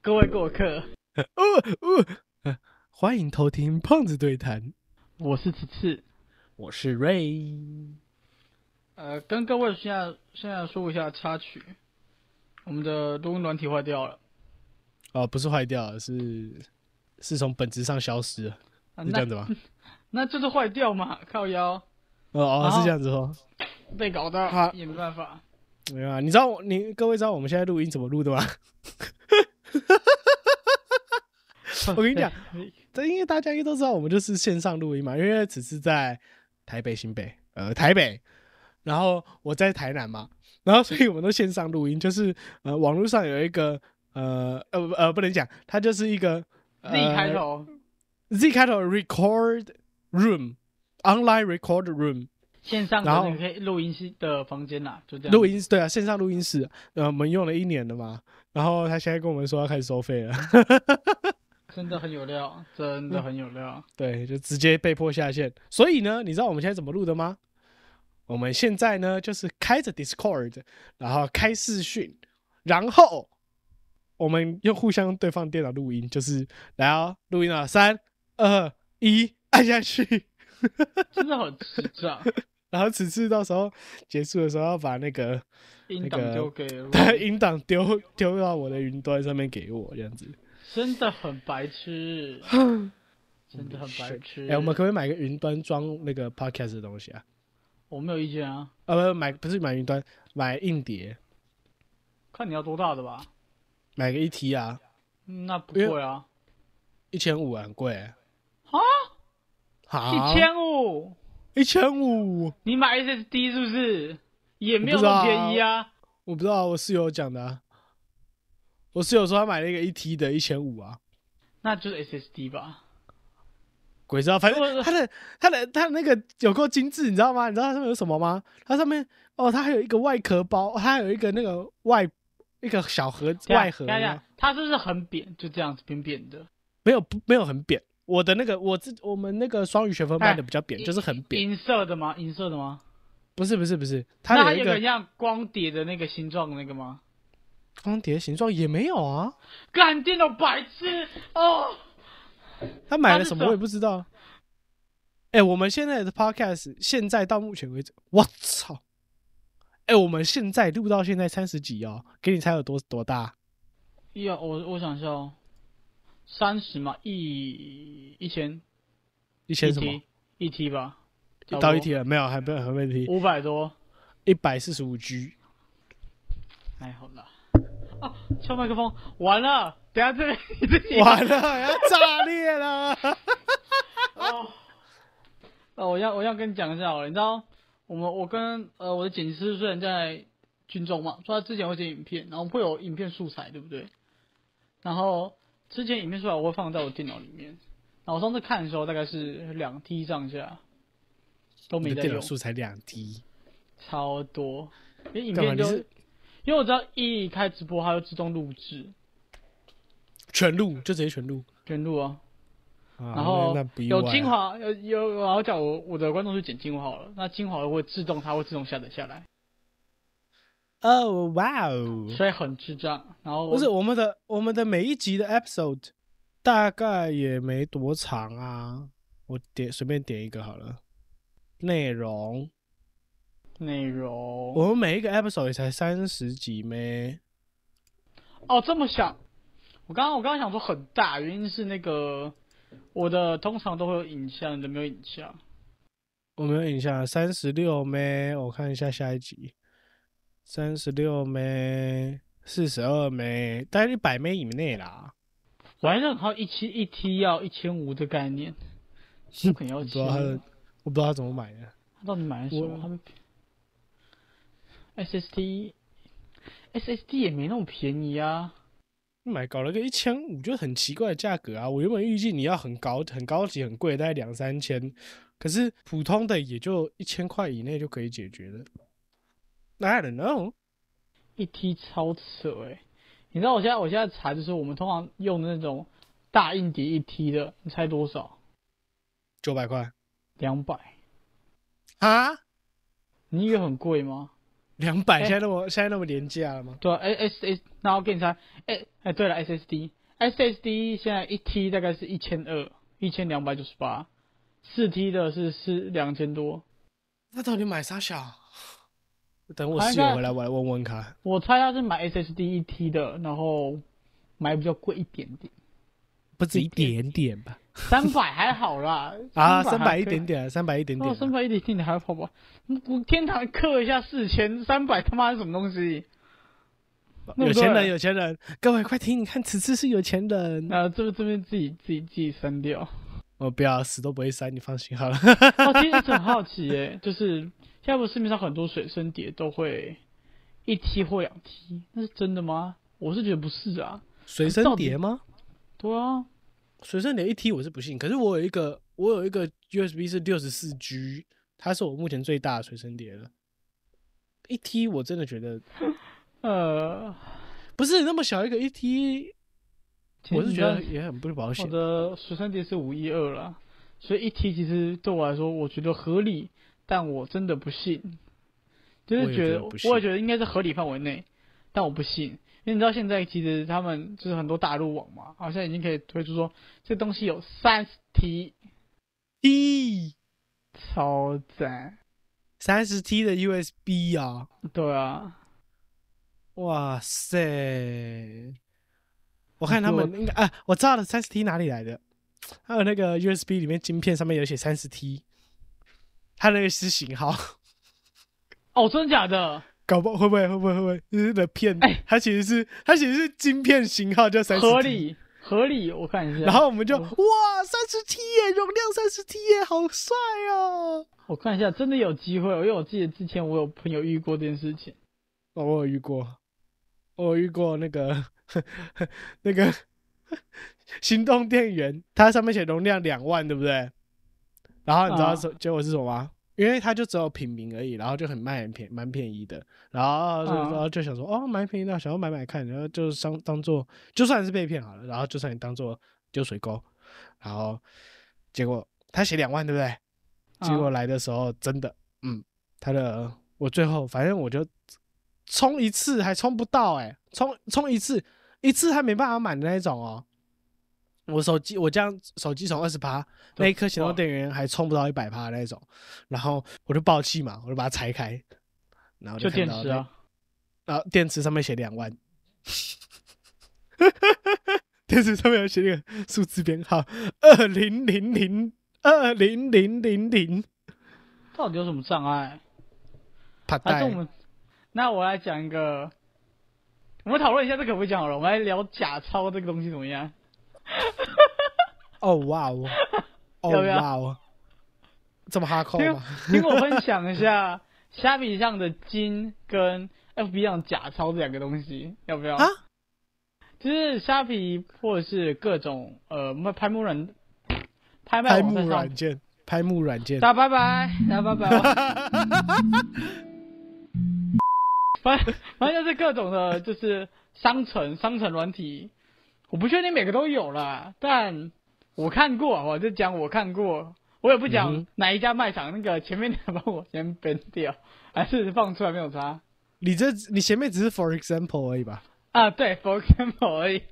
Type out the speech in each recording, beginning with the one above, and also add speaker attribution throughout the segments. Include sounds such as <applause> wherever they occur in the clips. Speaker 1: 各位过客，
Speaker 2: <laughs> 哦哦，呃欢迎偷听胖子对谈，
Speaker 1: 我是次次。
Speaker 2: 我是 Ray。
Speaker 1: 呃，跟各位现在现在说一下插曲，我们的录音软体坏掉了。
Speaker 2: 哦，不是坏掉了，是是从本质上消失了，
Speaker 1: 啊、
Speaker 2: 是这
Speaker 1: 那
Speaker 2: 样子吗？
Speaker 1: 那就是坏掉嘛，靠腰
Speaker 2: 哦哦，
Speaker 1: 好
Speaker 2: 是这样子哦。
Speaker 1: 被搞到、
Speaker 2: 好
Speaker 1: 也没办法。
Speaker 2: 没有啊，你知道我你各位知道我们现在录音怎么录的吗？ <laughs> 我
Speaker 1: <laughs>
Speaker 2: 跟你讲，这因为大家应该都知道，我们就是线上录音嘛，因为只是在台北、新北，呃，台北，然后我在台南嘛， <laughs> 然后所以我们都线上录音，就是呃，网络上有一个呃呃不呃不能讲，它就是一个呃
Speaker 1: Z 开头，
Speaker 2: Z 开头的 Record Room Online Record Room
Speaker 1: 线上的
Speaker 2: 然后
Speaker 1: 那个可以录音室的房间啦，就这样。
Speaker 2: 录音对啊，线上录音室，呃，我们用了一年了嘛，然后他现在跟我们说要开始收费了， <laughs>
Speaker 1: 真的很有料，真的很有料。
Speaker 2: 对，就直接被迫下线。所以呢，你知道我们现在怎么录的吗？我们现在呢，就是开着 Discord，然后开视讯，然后我们又互相对方电脑录音，就是来哦，录音了，三二一，按下去。 <laughs>
Speaker 1: 真的很智障，
Speaker 2: 然后此次到时候结束的时候，要把那个
Speaker 1: 音档
Speaker 2: 那个
Speaker 1: 丢给
Speaker 2: <laughs>
Speaker 1: 我，
Speaker 2: 他音档丢丢到我的云端上面给我，这样子。
Speaker 1: 真的很白
Speaker 2: <laughs>
Speaker 1: 痴，真的很白痴。
Speaker 2: 哎、我们可不可以买个云端装那个 podcast 的东西啊？
Speaker 1: 我没有意见啊，
Speaker 2: 呃，不，买不是买云端，买硬碟，
Speaker 1: 看你要多大的吧。
Speaker 2: 买个一 T 啊，
Speaker 1: 嗯那不
Speaker 2: 因为
Speaker 1: 贵啊，
Speaker 2: 一千五很贵、
Speaker 1: 啊，
Speaker 2: 好，
Speaker 1: 一千五，
Speaker 2: 一千五，
Speaker 1: 你买 SSD 是不是？也没有那么
Speaker 2: 我不知道啊
Speaker 1: 便宜啊，
Speaker 2: 我不知道，我室友讲的、啊，我室友说他买了一个一 T 的，一千五啊。
Speaker 1: 那就是 SSD 吧。
Speaker 2: 鬼知道，反
Speaker 1: 我
Speaker 2: 正它的它的它的那个有够精致，你知道吗？你知道它上面有什么吗？它上面哦，它还有一个外壳包，它还有一个那个外一个小盒子外盒，
Speaker 1: 看一下，它就是很扁，就这样子扁扁的，
Speaker 2: 没有不没有很扁。我的那个我自我们那个双语学分班的比较扁，
Speaker 1: 哎
Speaker 2: 就是很扁。
Speaker 1: 银色的吗？银色的吗？
Speaker 2: 不是不是不是，
Speaker 1: 那
Speaker 2: 它
Speaker 1: 它
Speaker 2: 有一
Speaker 1: 有个
Speaker 2: 个
Speaker 1: 像光碟的那个形状的那个吗？
Speaker 2: 光碟形状也没有啊。
Speaker 1: 干电脑白痴哦！
Speaker 2: 他买
Speaker 1: 它
Speaker 2: 了
Speaker 1: 是
Speaker 2: 什
Speaker 1: 什
Speaker 2: 么我也不知道。哎、我们现在的 podcast 现在到目前为止，我操！哎、我们现在录到现在三十几哦，给你猜有多多大？
Speaker 1: 要哎我我想一下哦，三十嘛，一一千
Speaker 2: 一
Speaker 1: 一
Speaker 2: 千什么
Speaker 1: T？一 T 吧，
Speaker 2: 到一题了没有？还没有，还没题。
Speaker 1: 五百多，
Speaker 2: 一百四十五 G，
Speaker 1: 哎，好了啊，敲麦克风完了，等下这个你自己
Speaker 2: 完了，要炸裂
Speaker 1: <laughs>
Speaker 2: 了！
Speaker 1: 哦，哦，我要我要跟你讲一下好了，你知道我们我跟呃我的剪辑师虽然在军中嘛，所以他之前会剪影片，然后会有影片素材，对不对？然后之前影片素材我会放在我电脑里面，然后我上次看的时候大概是两 T 上下，都没
Speaker 2: 你的
Speaker 1: 在
Speaker 2: 电脑
Speaker 1: 用，
Speaker 2: 素材两 T，
Speaker 1: 超多，因为影
Speaker 2: 干嘛？
Speaker 1: 片就
Speaker 2: 你
Speaker 1: 是因为我知道一开直播它就自动录制
Speaker 2: 全录就直接全录，
Speaker 1: 全录啊。
Speaker 2: 然
Speaker 1: 然后
Speaker 2: 那不意外
Speaker 1: 有精，华，有有，然后叫我我的观众去剪精华好了，那精华会自动，它会自动下载下来，
Speaker 2: 哦哇哦！
Speaker 1: 所以很智障。然后
Speaker 2: 不是我们的我们的每一集的 episode 大概也没多长啊，我点随便点一个好了。内容，
Speaker 1: 内容
Speaker 2: 我们每一个 episode 也才三十几咩？
Speaker 1: 哦这么小，我刚刚我刚刚想说很大，原因是那个我的通常都会有影像，你的没有影像，
Speaker 2: 我没有印象，三十六枚，我看一下下一集，三十六枚，四十二枚，大概一百枚以内啦。
Speaker 1: 我还是很好一期一 T 要一千五的概念，肯定要
Speaker 2: 我不知
Speaker 1: 千
Speaker 2: 道他
Speaker 1: 五
Speaker 2: 的，，我不知道他怎么买的。
Speaker 1: 他到底买了什么
Speaker 2: 我？
Speaker 1: 他们 SSD SSD 也没那么便宜啊。
Speaker 2: 买搞了个一千五，就很奇怪的价格啊！我原本预计你要很高、很高级、很贵，大概两三千，可是普通的也就一千块以内就可以解决了。I don't know，
Speaker 1: 一 T 超扯哎、你知道我现在我现在查，就是我们通常用的那种大硬碟一 T 的，你猜多少？
Speaker 2: 九百块
Speaker 1: 两百。
Speaker 2: 啊？
Speaker 1: 你以为很贵吗？
Speaker 2: 两百
Speaker 1: 哎
Speaker 2: 现在那么现在那么廉价了吗？
Speaker 1: 对啊，S S，那我给你猜，哎、哎、对了，SSD，SSD 现在一 T 大概是一千二，一千两百九十八，四 T 的是是两千多，
Speaker 2: 那到底买啥小？等我
Speaker 1: 啊
Speaker 2: 室友
Speaker 1: 那
Speaker 2: 回来，我来问问看。
Speaker 1: 我猜他是买 SSD 一 T 的，然后买比较贵一点点，
Speaker 2: 不止一点点吧？
Speaker 1: 三百还好啦，
Speaker 2: <laughs> 啊，
Speaker 1: 300
Speaker 2: 三
Speaker 1: 还
Speaker 2: 百一
Speaker 1: 可以
Speaker 2: 点点，三百一点点
Speaker 1: 哦，
Speaker 2: 啊。
Speaker 1: 三百一点点你还跑吧？我天堂克一下四千，三百他妈是什么东西？对
Speaker 2: 有
Speaker 1: 不对
Speaker 2: 钱人，有钱人，各位快听！你看，此次是有钱人。
Speaker 1: <laughs> 那、这这边自己自己自己删 <laughs> 掉。
Speaker 2: 我不要，死都不会删，你放
Speaker 1: <laughs>
Speaker 2: 心好了。
Speaker 1: 我其实很好奇耶、就是现在不是市面上很多水生碟都会一 T 或两 T，那是真的吗？我是觉得不是啊。
Speaker 2: 随身
Speaker 1: 到底
Speaker 2: 碟吗？
Speaker 1: 对啊，
Speaker 2: 随身碟一 T 我是不信，可是我有一个，我有一个 USB 是六十四 G，它是我目前最大的随身碟了。一 T 我真的觉得
Speaker 1: 呃，
Speaker 2: 不是那么小一个一 T，
Speaker 1: 请
Speaker 2: 我是觉得
Speaker 1: 你知
Speaker 2: 也很不保
Speaker 1: 道
Speaker 2: 险
Speaker 1: 我。嗯的水生碟是五一二啦，所以一 T 其实对我来说我觉得合理，但我真的不信，就
Speaker 2: 我
Speaker 1: 是觉
Speaker 2: 也觉
Speaker 1: 得
Speaker 2: 得不
Speaker 1: 我也
Speaker 2: 信
Speaker 1: 觉得应该是合理范围内，但我不信。因为你知道现在其实他们就是很多大陆网嘛，好像已经可以推出说这东西有三十 T，
Speaker 2: T
Speaker 1: 超赞。
Speaker 2: E 三十 T 的 USB 啊，
Speaker 1: 对啊，
Speaker 2: 哇塞！我看他们应该啊，我知道了，三十 T 哪里来的？还有那个 USB 里面晶片上面有写三十 T，它那个是型号。
Speaker 1: 哦，真的假的？
Speaker 2: 搞不好会不会会不会会不会就是的骗？
Speaker 1: 哎
Speaker 2: 它其实是它其实是晶片型号叫三十，
Speaker 1: 合。理哦合理，我看一下。
Speaker 2: 然后我们就
Speaker 1: 我
Speaker 2: 哇，三十 T 耶，容量三十 T 耶，好帅哦！
Speaker 1: 我看一下，真的有机会，因为我记得之前我有朋友遇过这件事情。
Speaker 2: 哦，我有遇过，我有遇过那个 <laughs> 那个 <laughs> 行动电源，它上面写容量两万，对不对？然后你知道
Speaker 1: 啊
Speaker 2: 是、结果是什么吗？因为它就只有品名而已，然后就很卖很便蛮便宜的，然后就、
Speaker 1: 啊
Speaker 2: 然后就想说哦蛮便宜的，想要买买看，然后就当当做就算是被骗好了，然后就算你当做丢水沟，然后结果他写两万，对不对？
Speaker 1: 啊
Speaker 2: 结果来的时候，真的，嗯，他的我最后反正我就冲一次还冲不到、欸，哎，冲冲一次，一次还没办法满的那一种哦。我手机我这样手机从二十趴，那一颗行动电源还冲不到一百趴那一种，然后我就爆气嘛，我就把它拆开，然后
Speaker 1: 就
Speaker 2: 看
Speaker 1: 电
Speaker 2: 到
Speaker 1: 池
Speaker 2: 那，
Speaker 1: 啊，
Speaker 2: 然后电池上面写两万， <laughs> 电池上面有写那个数字编号二零零零二零零零零。
Speaker 1: 到底有什么障碍？
Speaker 2: 怕
Speaker 1: 还是
Speaker 2: 带
Speaker 1: 啊我们？那我来讲一个，我们讨论一下这个不讲好了，我们来聊假钞这个东西怎么 <laughs> 样？
Speaker 2: 哦
Speaker 1: <laughs>
Speaker 2: 哇哦，哦
Speaker 1: 要不要
Speaker 2: 哇哦，这么哈扣
Speaker 1: 听
Speaker 2: 吗？
Speaker 1: 听我分享一下虾米上的金跟 FB 上的假钞这两个东西，要不要？
Speaker 2: 啊，
Speaker 1: 就是虾皮或者是各种呃卖拍木软拍卖
Speaker 2: 拍
Speaker 1: 网
Speaker 2: 木
Speaker 1: 站上
Speaker 2: 软件，拍木软件，
Speaker 1: 大家拜拜，大家拜
Speaker 2: <laughs>
Speaker 1: 拜。反反正就是各种的，就是商城、商城软体，我不确定每个都有啦，但我看过，我就讲我看过，我也不
Speaker 2: 嗯
Speaker 1: 讲
Speaker 2: 哼
Speaker 1: 哪一家卖场，那个前面的帮我先编掉，还是放出来没有差
Speaker 2: 你这你前面只是 for example 而已吧，
Speaker 1: 啊？对，for example 而已，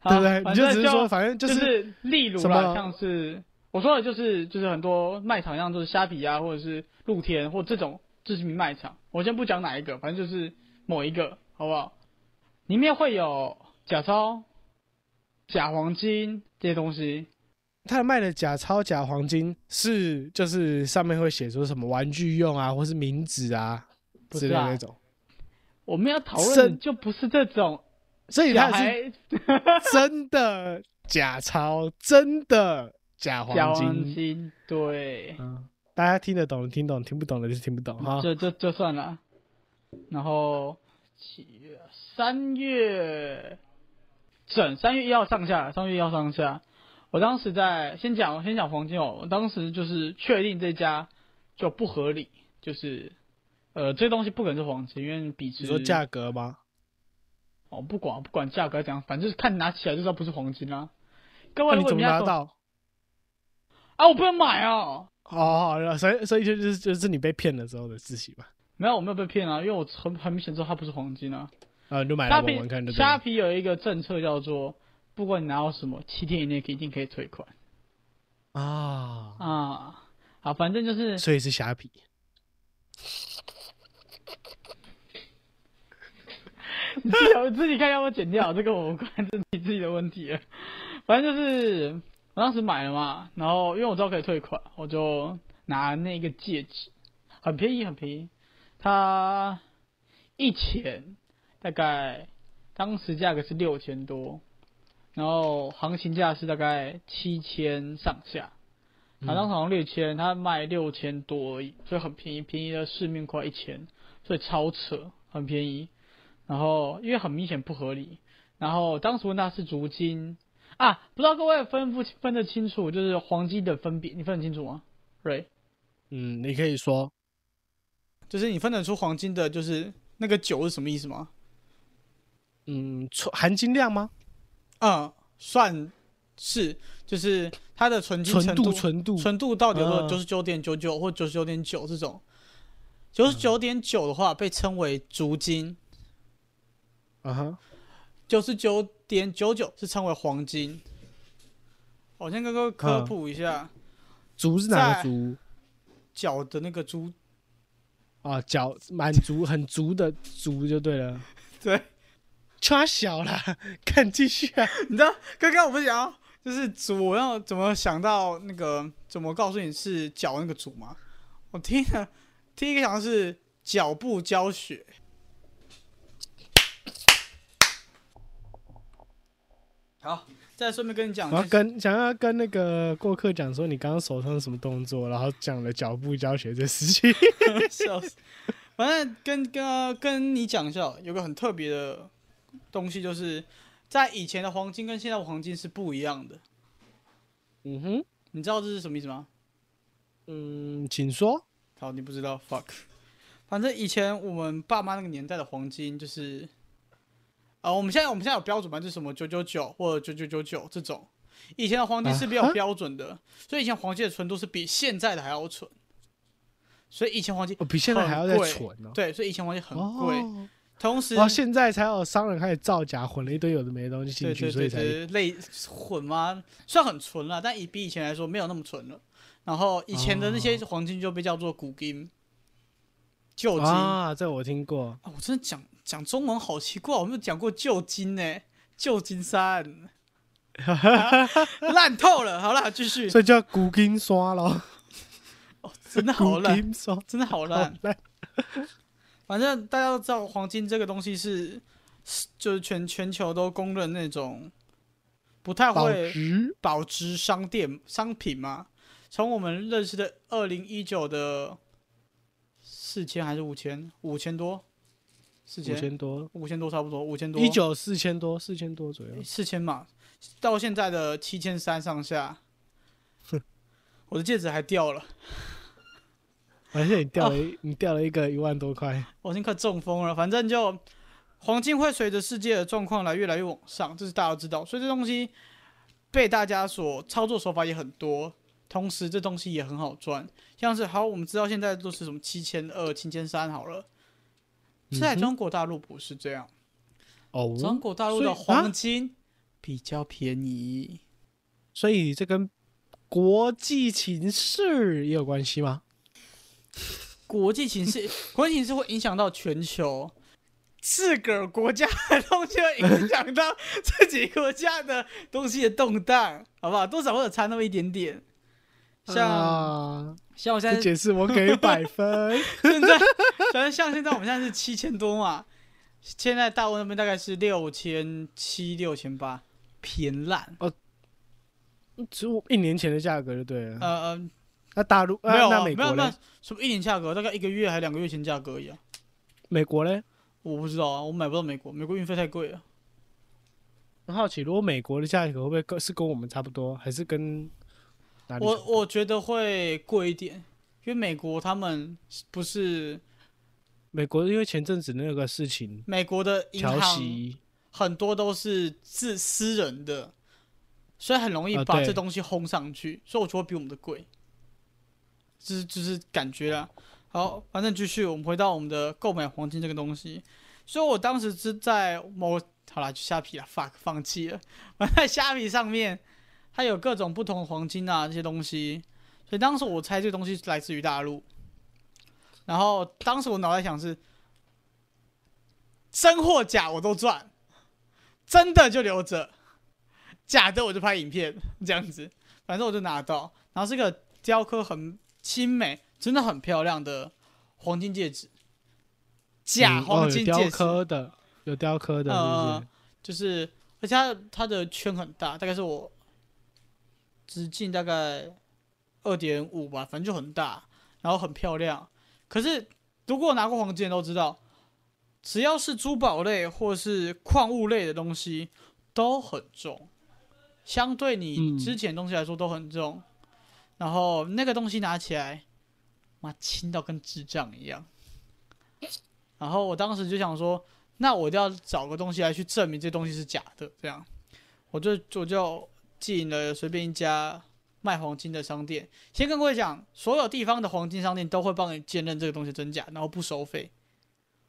Speaker 1: 好
Speaker 2: 对不对？
Speaker 1: 反
Speaker 2: 你就
Speaker 1: 正
Speaker 2: 只是说，反正就
Speaker 1: 就是是例如
Speaker 2: 什么
Speaker 1: 啦，像是我说的，就是就是很多卖场一样，就是虾皮啊，或者是露天或这种知名卖场。我先不讲哪一个，反正就是某一个，好不好？里面会有假钞、假黄金这些东西。
Speaker 2: 他卖的假钞、假黄金是就是上面会写说什么玩具用啊，或是名字啊
Speaker 1: 不是
Speaker 2: 之类的
Speaker 1: 啊
Speaker 2: 那种，
Speaker 1: 我们要讨论
Speaker 2: 是
Speaker 1: 的就不是这种
Speaker 2: 所以
Speaker 1: 小
Speaker 2: 它是
Speaker 1: 孩
Speaker 2: 真的假钞，真的
Speaker 1: 假
Speaker 2: 假黄
Speaker 1: 黄
Speaker 2: 金。
Speaker 1: 金，对，
Speaker 2: 嗯，大家听得懂听懂，听不懂的就听不懂哈。
Speaker 1: 嗯就就就算了。然后七月三月整三月一号上下，三月一号上下。我当时在先讲先讲黄金哦，我当时就是确定这家就不合理，就是呃这东西不可能是黄金，因为比值
Speaker 2: 你说价格吗？
Speaker 1: 哦不管不管价格怎样，反正就是看拿起来就知道不是黄金啦、各
Speaker 2: 那
Speaker 1: 位，
Speaker 2: 你怎么拿
Speaker 1: 人家说
Speaker 2: 到？
Speaker 1: 啊？我不能买哦。
Speaker 2: 哦哦，所以所以就就是就是你被骗了之后的事情吧。
Speaker 1: 没有，我没有被骗啊，因为我很很明显知道它不是黄金啊。
Speaker 2: 啊，你就买来
Speaker 1: 虾
Speaker 2: 玩玩看
Speaker 1: 皮
Speaker 2: 就对
Speaker 1: 虾
Speaker 2: 了。
Speaker 1: 皮有一个政策叫做，不管你拿到什么，七天以内一定可以退款
Speaker 2: 啊，
Speaker 1: 啊。好，反正
Speaker 2: <laughs>
Speaker 1: 就是
Speaker 2: 所以是虾皮。
Speaker 1: 你自己我自己看要不要剪掉，这跟我无关，这是你自己的问题了。反正就是我当时买了嘛，然后因为我知道可以退款，我就拿那个戒指，很便宜很便宜，它一钱大概当时价格是六千多，然后行情价是大概七千上下。它当时好像六千，它卖六千多而已，所以很便宜，便宜了市面快一千，所以超扯，很便宜。然后因为很明显不合理，然后当时问他是足金啊，不知道各位分不分得清楚，就是黄金的分别，你分得清楚吗？对，
Speaker 2: 嗯，你可以说
Speaker 1: 就是你分得出黄金的，就是那个九是什么意思吗？
Speaker 2: 嗯，存含金量吗？
Speaker 1: 嗯，算是，就是它的纯金
Speaker 2: 纯
Speaker 1: 程
Speaker 2: 度、纯度、
Speaker 1: 纯度到底有多少？
Speaker 2: 嗯
Speaker 1: 九十九点九九或九十九点九这种，九十九点九的话被称为足金，
Speaker 2: 啊哈，
Speaker 1: 九十九点九九是称为黄金。我先跟各位科
Speaker 2: 嗯
Speaker 1: 普一下。
Speaker 2: 足是哪
Speaker 1: 在
Speaker 2: 个足
Speaker 1: 脚的那个猪，
Speaker 2: 啊？脚满足很足的足就对了。
Speaker 1: 对，
Speaker 2: 差小啦， <laughs> 看继续啊。
Speaker 1: 你知道刚刚我们讲到就是猪，我要怎么想到那个怎么告诉你是脚那个猪吗？我听了第一个想的是脚步教学，好，再顺便跟你讲
Speaker 2: 我，要跟想要跟那个过客讲说，你刚刚手上是什么动作，然后讲了脚步教学这事情。
Speaker 1: 笑死！反正跟跟、跟你讲一下，有个很特别的东西，就是在以前的黄金跟现在的黄金是不一样的。
Speaker 2: 嗯哼，
Speaker 1: 你知道这是什么意思吗？
Speaker 2: 嗯，请说。
Speaker 1: 好，你不知道，fuck。反正以前我们爸妈那个年代的黄金就是，啊、我们现在我们现在有标准嘛，就是什么九九九或者九九九九这种。以前的黄金是没有
Speaker 2: 啊哈
Speaker 1: 标准的，所以以前黄金的纯度是比现在的还要纯。所以以前黄金
Speaker 2: 我哦比现在还要再
Speaker 1: 很贵
Speaker 2: 蠢哦呢、
Speaker 1: 对，所以以前黄金很贵。
Speaker 2: 哦，
Speaker 1: 同时，
Speaker 2: 哦，现在才有商人开始造假，混了一堆有的没的东西进
Speaker 1: 对
Speaker 2: 去，
Speaker 1: 对
Speaker 2: 所以
Speaker 1: 对
Speaker 2: 才
Speaker 1: 对，类混吗？算很纯了，但以比以前来说没有那么纯了。然后以前的那
Speaker 2: 哦
Speaker 1: 些黄金就被叫做古金、旧金。
Speaker 2: 啊，这我听过。
Speaker 1: 啊，我真的讲讲中文好奇怪，我没有讲过旧金呢、旧金山，烂、透了。好啦，继续，
Speaker 2: 所以叫古金刷咯，
Speaker 1: 真的 <laughs> 好
Speaker 2: 古
Speaker 1: 烂，
Speaker 2: 金刷，
Speaker 1: 真的好
Speaker 2: 好
Speaker 1: 烂。
Speaker 2: 烂。
Speaker 1: 反正大家都知道，黄金这个东西是，是就是全全球都公认那种不太
Speaker 2: 保
Speaker 1: 会
Speaker 2: 值
Speaker 1: 保值商店商品嘛。从我们认识的二零一九的四千还是五千，五千多，四
Speaker 2: 五
Speaker 1: 千
Speaker 2: 千多，
Speaker 1: 五千多差不多，五千多哎
Speaker 2: 一九四千多，四千多左右。
Speaker 1: 四千嘛，到现在的七千三上下。我的戒指还掉了，
Speaker 2: 而且你掉
Speaker 1: 啊
Speaker 2: 了一，你掉了一个一万多块。
Speaker 1: 我已经快中风了。反正就黄金会随着世界的状况来越来越往上，这是大家都知道。所以这东西被大家所操作手法也很多，同时这东西也很好赚。像是好，我们知道现在都是什么七千二、七千三好了，在中国大陆不是这样，
Speaker 2: 嗯哦，
Speaker 1: 中国大陆
Speaker 2: 所以
Speaker 1: 的
Speaker 2: 啊
Speaker 1: 黄金比较便宜。
Speaker 2: 所以这跟国际情势也有关系吗？
Speaker 1: 国际形 <laughs> 势，国际形势会影响到全球，自个儿国家的东西会影响到自己国家的东西的动荡，好不好？多少会有差那么一点点。像、
Speaker 2: 啊，
Speaker 1: 像我现
Speaker 2: 这
Speaker 1: 在
Speaker 2: 解释我给
Speaker 1: <laughs>
Speaker 2: 百分。
Speaker 1: 现在， <laughs> 反正像现在我们现在是七千多嘛，现在大陆那边大概是六千七、六千八，偏烂。
Speaker 2: 只有一年前的价格就对了。
Speaker 1: 呃呃，
Speaker 2: 那大陆啊，
Speaker 1: 没有、啊
Speaker 2: 那美
Speaker 1: 没有
Speaker 2: 国
Speaker 1: 没有
Speaker 2: 呢？，
Speaker 1: 什么一年价格，大概一个月还两个月前价格一样，
Speaker 2: 美国呢？
Speaker 1: 我不知道啊，我买不到美国，美国运费太贵了。
Speaker 2: 很好奇，如果美国的价格会不会跟是跟我们差不多，还是跟哪里差不
Speaker 1: 我
Speaker 2: 多？
Speaker 1: 我觉得会贵一点，因为美国他们不是
Speaker 2: 美国因为前阵子那个事情
Speaker 1: 美国的银
Speaker 2: 调
Speaker 1: 行
Speaker 2: 息，
Speaker 1: 很多都是自私人的，所以很容易
Speaker 2: 啊
Speaker 1: 把
Speaker 2: 对
Speaker 1: 这东西轰上去，所以我觉得会比我们的贵，就是就是感觉啊。好，反正继续，我们回到我们的购买黄金这个东西。所以我当时是在某好啦，就虾皮了，fuck，放弃了。 <laughs> 我在虾皮上面，它有各种不同的黄金啊这些东西，所以当时我猜这个东西是来自于大陆。然后当时我脑袋想是，真或假我都赚，真的就留着，假的我就拍影片这样子，反正我就拿到。然后是个雕刻很精美，真的很漂亮的黄金戒指，假
Speaker 2: 嗯
Speaker 1: 黄金戒
Speaker 2: 哦、有雕
Speaker 1: 指，
Speaker 2: 刻的，有雕刻的，
Speaker 1: 呃
Speaker 2: 是
Speaker 1: 就是而且它它的圈很大，大概是我直径大概二点五吧，反正就很大，然后很漂亮。可是如果拿过黄金的都知道，只要是珠宝类或是矿物类的东西都很重，相对你
Speaker 2: 嗯
Speaker 1: 之前的东西来说都很重。然后那个东西拿起来，妈轻到跟智障一样。然后我当时就想说，那我一定要找个东西来去证明这东西是假的，这样，我就我就进了随便一家卖黄金的商店。先跟各位讲，所有地方的黄金商店都会帮你辨认这个东西真假，然后不收费，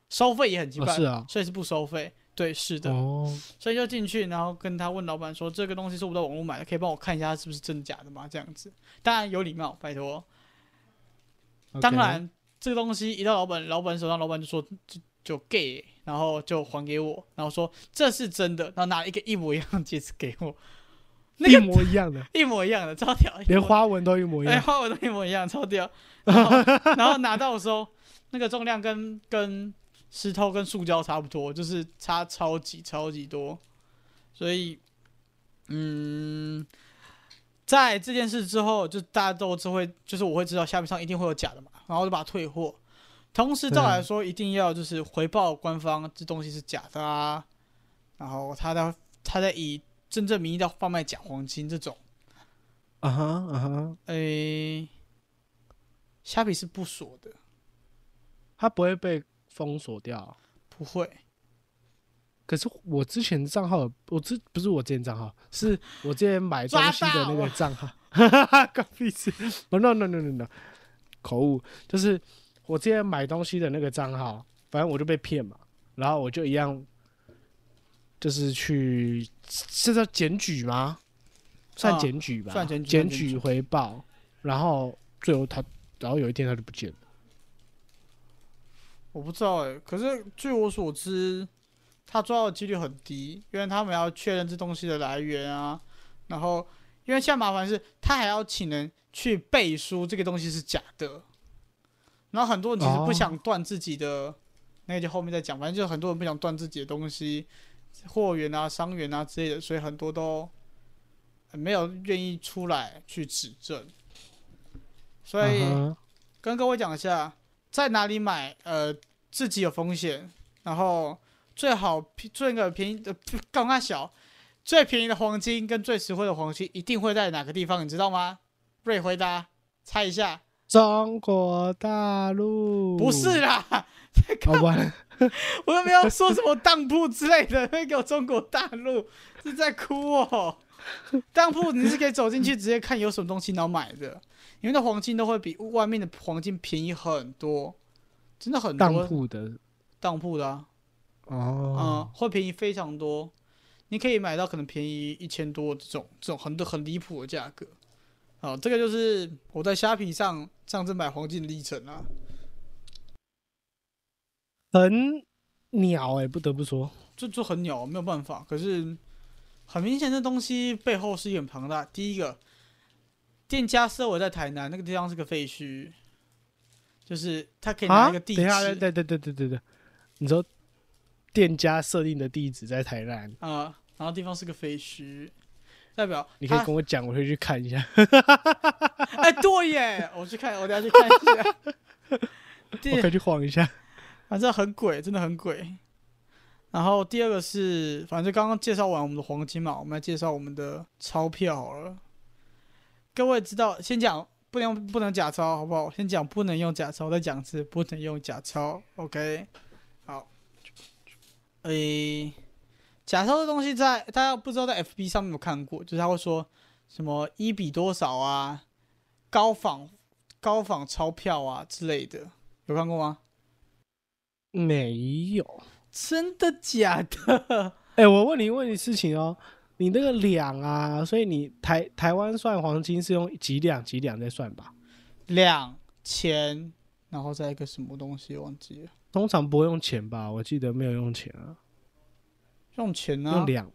Speaker 1: 收费也很奇
Speaker 2: 不是？
Speaker 1: 怪，
Speaker 2: 哦，是啊，
Speaker 1: 所以是不收费。对，嗯是的，
Speaker 2: 哦，
Speaker 1: 所以就进去，然后跟他问老板说：“这个东西是我在网络买的，可以帮我看一下它是不是真假的吗？”这样子，当然有礼貌，拜托。当
Speaker 2: 哦 OK，
Speaker 1: 然，这个东西一到老板老板手上，老板就说就就 gay，然后就还给我，然后说这是真的，然后拿一个一模一样的戒指给我，那
Speaker 2: 一
Speaker 1: 个
Speaker 2: 模
Speaker 1: <laughs>
Speaker 2: 一样的，
Speaker 1: 一模一样的，超屌，
Speaker 2: 连花纹都一模一
Speaker 1: 哎，
Speaker 2: 样，
Speaker 1: 花纹都一模一样，超屌。然后 <laughs> 然后拿到的时候，那个重量跟跟石头跟塑胶差不多，就是差超级超级多。所以，嗯，在这件事之后，就大家都就会，就是我会知道下面上一定会有假的嘛，然后就把它退货。同时，照来说，一定要就是回报官方这东西是假的啊，然后他在他在以真正名义在贩卖假黄金这种。
Speaker 2: 啊哈啊哈，
Speaker 1: 诶、虾皮是不锁的，
Speaker 2: 它不会被封锁掉。
Speaker 1: 不会。
Speaker 2: 可是我之前账号有，我之不是我之前账号，是我之前买东西的那个
Speaker 1: <laughs>
Speaker 2: 账号，搞屁事不！No No No No No，口误，就是我之前买东西的那个账号，反正我就被骗嘛，然后我就一样，就是去是叫检举吗？算
Speaker 1: 啊
Speaker 2: 检举吧，
Speaker 1: 算检举
Speaker 2: 检
Speaker 1: 算检
Speaker 2: 举
Speaker 1: 举
Speaker 2: 回报，然后最后他，然后有一天他就不见了。
Speaker 1: 我不知道哎、可是据我所知，他抓到的几率很低，因为他们要确认这东西的来源啊。然后，因为现在麻烦是，他还要请人去背书这个东西是假的。然后很多人其实不
Speaker 2: 哦
Speaker 1: 想断自己的，那个就后面再讲。反正就很多人不想断自己的东西，货源啊、商源啊之类的，所以很多都呃没有愿意出来去指证。所以，
Speaker 2: 嗯哼
Speaker 1: 跟各位讲一下，在哪里买，呃，自己有风险，然后最好便最那个便宜的，刚刚小，最便宜的黄金跟最实惠的黄金一定会在哪个地方，你知道吗？瑞回答，猜一下，
Speaker 2: 中国大陆哦
Speaker 1: 不是啦，
Speaker 2: 好吧？
Speaker 1: 我又没有说什么当铺之类的，那个中国大陆是在哭哦。当铺你是可以走进去直接看有什么东西然后买的，因为那黄金都会比外面的黄金便宜很多，真的很
Speaker 2: 当
Speaker 1: 多
Speaker 2: 铺的
Speaker 1: 当铺的、啊。嗯
Speaker 2: 哦，，
Speaker 1: 会便宜非常多，你可以买到可能便宜一千多这种这种很多很离谱的价格。好，这个就是我在虾皮上上次买黄金的历程啊。
Speaker 2: 很鸟哎、不得不说，
Speaker 1: 就就很鸟，没有办法。可是很明显，这东西背后是一个很庞大。第一个，店家设我在台南那个地方是个废墟，就是他可以拿
Speaker 2: 啊，
Speaker 1: 一个地址
Speaker 2: 等一下，
Speaker 1: 啊、
Speaker 2: 对对对对对对，你说店家设定的地址在台
Speaker 1: 啊
Speaker 2: 南，
Speaker 1: 然后地方是个废墟，代表
Speaker 2: 你可以
Speaker 1: 他
Speaker 2: 跟我讲，我会去看一下。
Speaker 1: 哎、对耶，我去看，我等下去看一下。
Speaker 2: <laughs> 我
Speaker 1: 对
Speaker 2: 可，以去晃一下。
Speaker 1: 反正很鬼，真的很鬼。然后第二个是，反正刚刚介绍完我们的黄金嘛，我们来介绍我们的钞票好了。各位知道，先讲不能不能假钞，好不好？先讲不能用假钞，再讲一次不能用假钞。OK，好。诶、假钞的东西在大家不知道在 FB 上面有看过，就是他会说什么一比多少啊，高仿高仿钞票啊之类的。有看过吗？
Speaker 2: 没有。
Speaker 1: 真的假的？
Speaker 2: 哎、我问你问你事情哦，你那个两啊，所以你台台湾算黄金是用几两几两在算吧？
Speaker 1: 两钱，然后再一个什么东西忘记了，
Speaker 2: 通常不会用钱吧？我记得没有用钱啊，
Speaker 1: 用钱啊，
Speaker 2: 用两，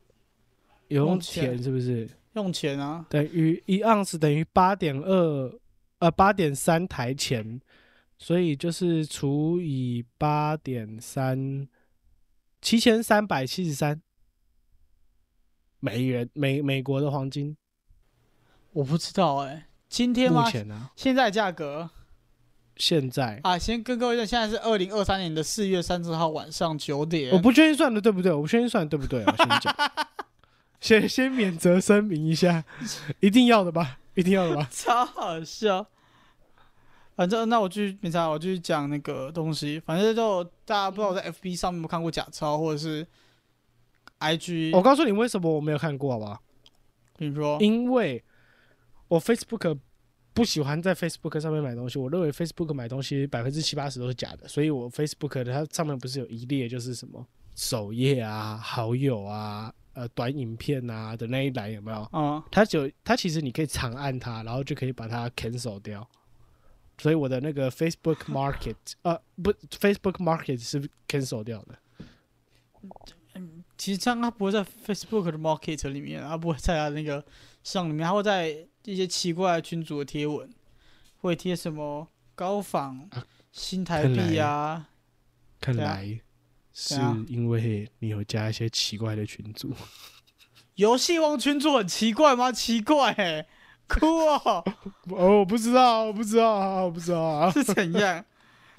Speaker 2: 有
Speaker 1: 用
Speaker 2: 用
Speaker 1: 钱
Speaker 2: 钱是不是？
Speaker 1: 用钱啊，
Speaker 2: 等于一盎司等于八点二呃八点三台钱，所以就是除以八点三，七千三百七十三美元美美国的黄金
Speaker 1: 我不知道哎、今天
Speaker 2: 目
Speaker 1: 吗？
Speaker 2: 前啊，
Speaker 1: 现在价格
Speaker 2: 现在
Speaker 1: 啊，先跟各位讲，现在是二零二三年的四月三十号晚上九点。，
Speaker 2: 我不确定算的对不对，我不确定算的对不对，我先讲，先先免责声明一下，一定要的吧，一定要的
Speaker 1: <laughs>
Speaker 2: 吧
Speaker 1: 超好笑。反正那我去没啥，我去讲那个东西。反正就大家不知道我在 FB 上面有没有看过假钞，或者是 IG。
Speaker 2: 我告诉你为什么我没有看过好不好？
Speaker 1: 比如说，
Speaker 2: 哦因为我 Facebook 不喜欢在 Facebook 上面买东西，我认为 Facebook 买东西百分之七八十都是假的，所以我 Facebook 的它上面不是有一列就是什么首页啊、好友啊、呃短影片啊的那一栏有没有？
Speaker 1: 嗯，
Speaker 2: 它只有它其实你可以长按它，然后就可以把它 cancel 掉。所以我的那个 Facebook Market 呃不 Facebook Market 是 cancel 掉的。
Speaker 1: 其实这样它不会在 Facebook 的 Market 里面，它不会在它那个上里面，它会在一些奇怪的群组的贴文，会贴什么高仿新台币啊，
Speaker 2: 看
Speaker 1: 对啊
Speaker 2: 来是
Speaker 1: 对啊
Speaker 2: 因为你有加一些奇怪的群组。
Speaker 1: 游戏王群组很奇怪吗？奇怪、欸，酷哦。
Speaker 2: 哦，我不知道，我不知道啊，我不知道啊。
Speaker 1: <laughs> 是怎样？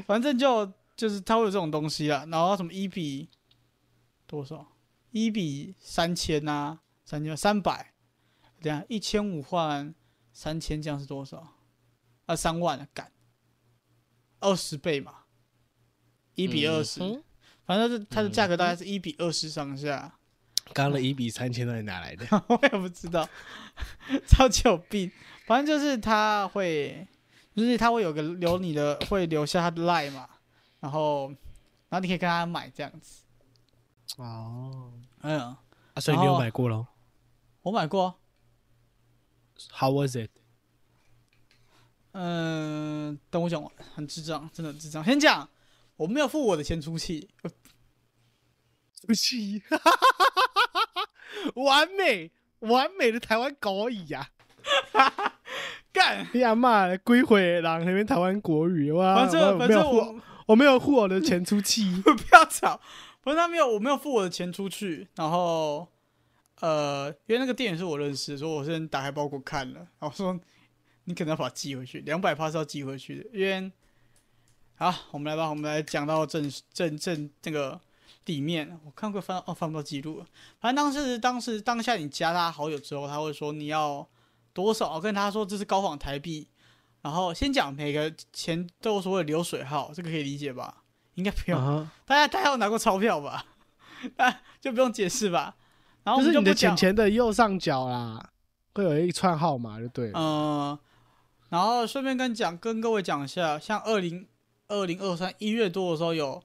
Speaker 1: 反正就就是它会有这种东西啦，啊然后什么一比多少，一比三千呐，三千三百，等一下一千五换三千，这样是多少？啊，三万啊，干，二十倍嘛，一比二十、
Speaker 2: 嗯
Speaker 1: 反正它的价格大概是一比二十上下。
Speaker 2: 刚刚的一比三千到底哪来的？
Speaker 1: <laughs> 我也不知道，超级有病。反正就是他会，就是他会有个留你的，会留下他的 line 嘛，然后，然后你可以跟他买这样子。
Speaker 2: 哦，
Speaker 1: 嗯，
Speaker 2: 啊，所以你有买过咯
Speaker 1: 我买过，
Speaker 2: ？How was it？
Speaker 1: 嗯、等我讲完，很智障，真的很智障。先讲，我没有付我的钱出去，呃
Speaker 2: 出气，完美完美的台湾国语呀、
Speaker 1: 干，
Speaker 2: 你阿妈归回狼那边台湾国语哇！
Speaker 1: 反正
Speaker 2: 啊我
Speaker 1: 反
Speaker 2: 没有
Speaker 1: 正
Speaker 2: 付，
Speaker 1: 我。
Speaker 2: 我没有付我的钱出气
Speaker 1: <laughs> 不要吵，反正他没有，我没有付我的钱出去，然后。呃，因为那个店员是我认识的，所以我先打开包裹看了，然后说你可能要把它寄回去，两百趴是要寄回去的，因为好，我们来吧，我们来讲到正正正那个里面，我看过翻哦翻不到记录了，反正当时当时当下你加他好友之后，他会说你要多少，我跟他说这是高仿台币，然后先讲每个钱都有所谓的流水号，这个可以理解吧？应该不用，
Speaker 2: 啊，
Speaker 1: 大家大家有拿过钞票吧？ <laughs> 啊，就不用解释吧。然后我
Speaker 2: 就
Speaker 1: 们
Speaker 2: 是你
Speaker 1: 不
Speaker 2: 的
Speaker 1: 讲
Speaker 2: 钱。钱的右上角啦，会有一串号码就对了。
Speaker 1: 嗯，然后顺便跟讲，跟各位讲一下，像二零二零二三一月多的时候有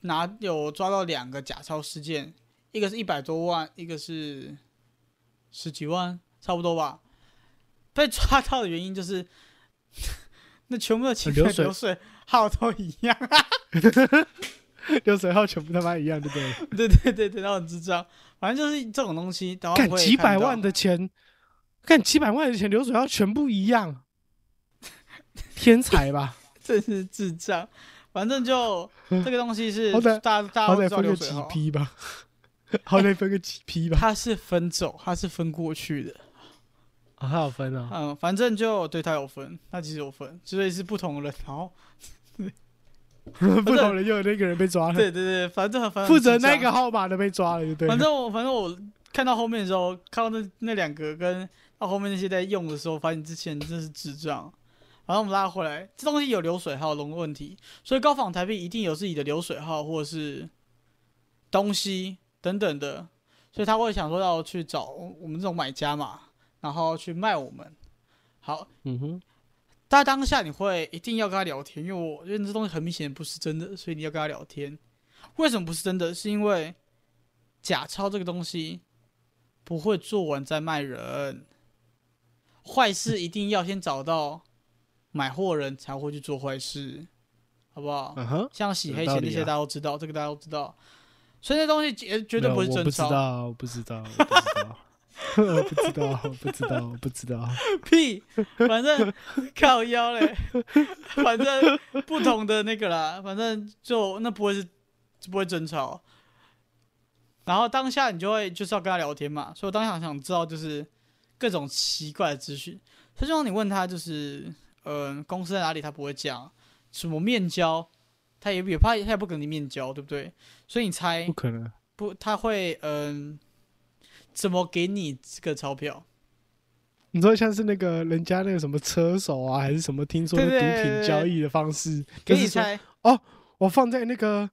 Speaker 1: 拿有抓到两个假钞事件，一个是一百多万，一个是十几万，差不多吧。被抓到的原因就是， <laughs> 那全部的钱
Speaker 2: 流水
Speaker 1: 流水号都一样。 <laughs>
Speaker 2: 流水号全部他妈一样就对了。
Speaker 1: 对对对对，然后很智障，反正就是这种东西，然后
Speaker 2: 干
Speaker 1: 会
Speaker 2: 几
Speaker 1: 看
Speaker 2: 百
Speaker 1: 到
Speaker 2: 万的钱，干几百万的钱，流水要全部一样，天
Speaker 1: <laughs>
Speaker 2: 才吧？
Speaker 1: 真是智障。反正就这个东西是
Speaker 2: 好歹
Speaker 1: 大家大家
Speaker 2: 好
Speaker 1: 都
Speaker 2: 歹
Speaker 1: 知道
Speaker 2: 分个
Speaker 1: 流水
Speaker 2: 几
Speaker 1: 号，
Speaker 2: 批吧，好歹分个几批
Speaker 1: <laughs>
Speaker 2: 吧。
Speaker 1: 它是分走，它是分过去的。
Speaker 2: 啊，还有分啊，
Speaker 1: 嗯，反正就对它有分，它其实有分，所以是不同人。然
Speaker 2: <laughs>
Speaker 1: 后，
Speaker 2: 不同人又有那个人被抓了，
Speaker 1: 对对对，反正反正
Speaker 2: 负责
Speaker 1: 很智
Speaker 2: 那
Speaker 1: 障
Speaker 2: 个号码的被抓了，就对了。
Speaker 1: 反正我反正我看到后面的时候，看到那那两个跟到后面那些在用的时候，发现之前真是智障。然后我们拉回来，这东西有流水号的问题，所以高仿台币一定有自己的流水号或者是东西等等的，所以他会想说要去找我们这种买家嘛，然后去卖我们。好，
Speaker 2: 嗯哼，
Speaker 1: 但当下你会一定要跟他聊天，因为我认为这东西很明显不是真的，所以你要跟他聊天。为什么不是真的？是因为假钞这个东西不会做完再卖人，坏事一定要先找到买货人才会去做坏事，好不好？
Speaker 2: 嗯哼，
Speaker 1: 像洗黑
Speaker 2: 有道
Speaker 1: 钱
Speaker 2: 理
Speaker 1: 那些
Speaker 2: 啊
Speaker 1: 大家都知道，这个大家都知道，所以那东西绝绝对
Speaker 2: 没有
Speaker 1: 不是
Speaker 2: 我
Speaker 1: 真
Speaker 2: 不知
Speaker 1: 钞。
Speaker 2: 道，我不知道，我不知道。我不知道， <laughs> 我不知道，我不知道。
Speaker 1: <laughs> 屁，反
Speaker 2: <laughs>
Speaker 1: 正靠腰嘞，反正不同的那个啦，反正就那不会是不会争吵。然后当下你就会就是要跟他聊天嘛，所以我当下想知道就是各种奇怪的资讯。他就让你问他就是，嗯、公司在哪里，他不会讲，什么面交，他也也怕他也不跟你面交，对不对？所以你猜
Speaker 2: 不可能，
Speaker 1: 不，他会嗯、怎么给你这个钞票？
Speaker 2: 你说像是那个人家那个什么车手啊，还是什么？听说的
Speaker 1: 对对
Speaker 2: 毒
Speaker 1: 对对
Speaker 2: 品交易的方式，
Speaker 1: 给
Speaker 2: 就
Speaker 1: 你
Speaker 2: 是说
Speaker 1: 猜，
Speaker 2: 我放在那个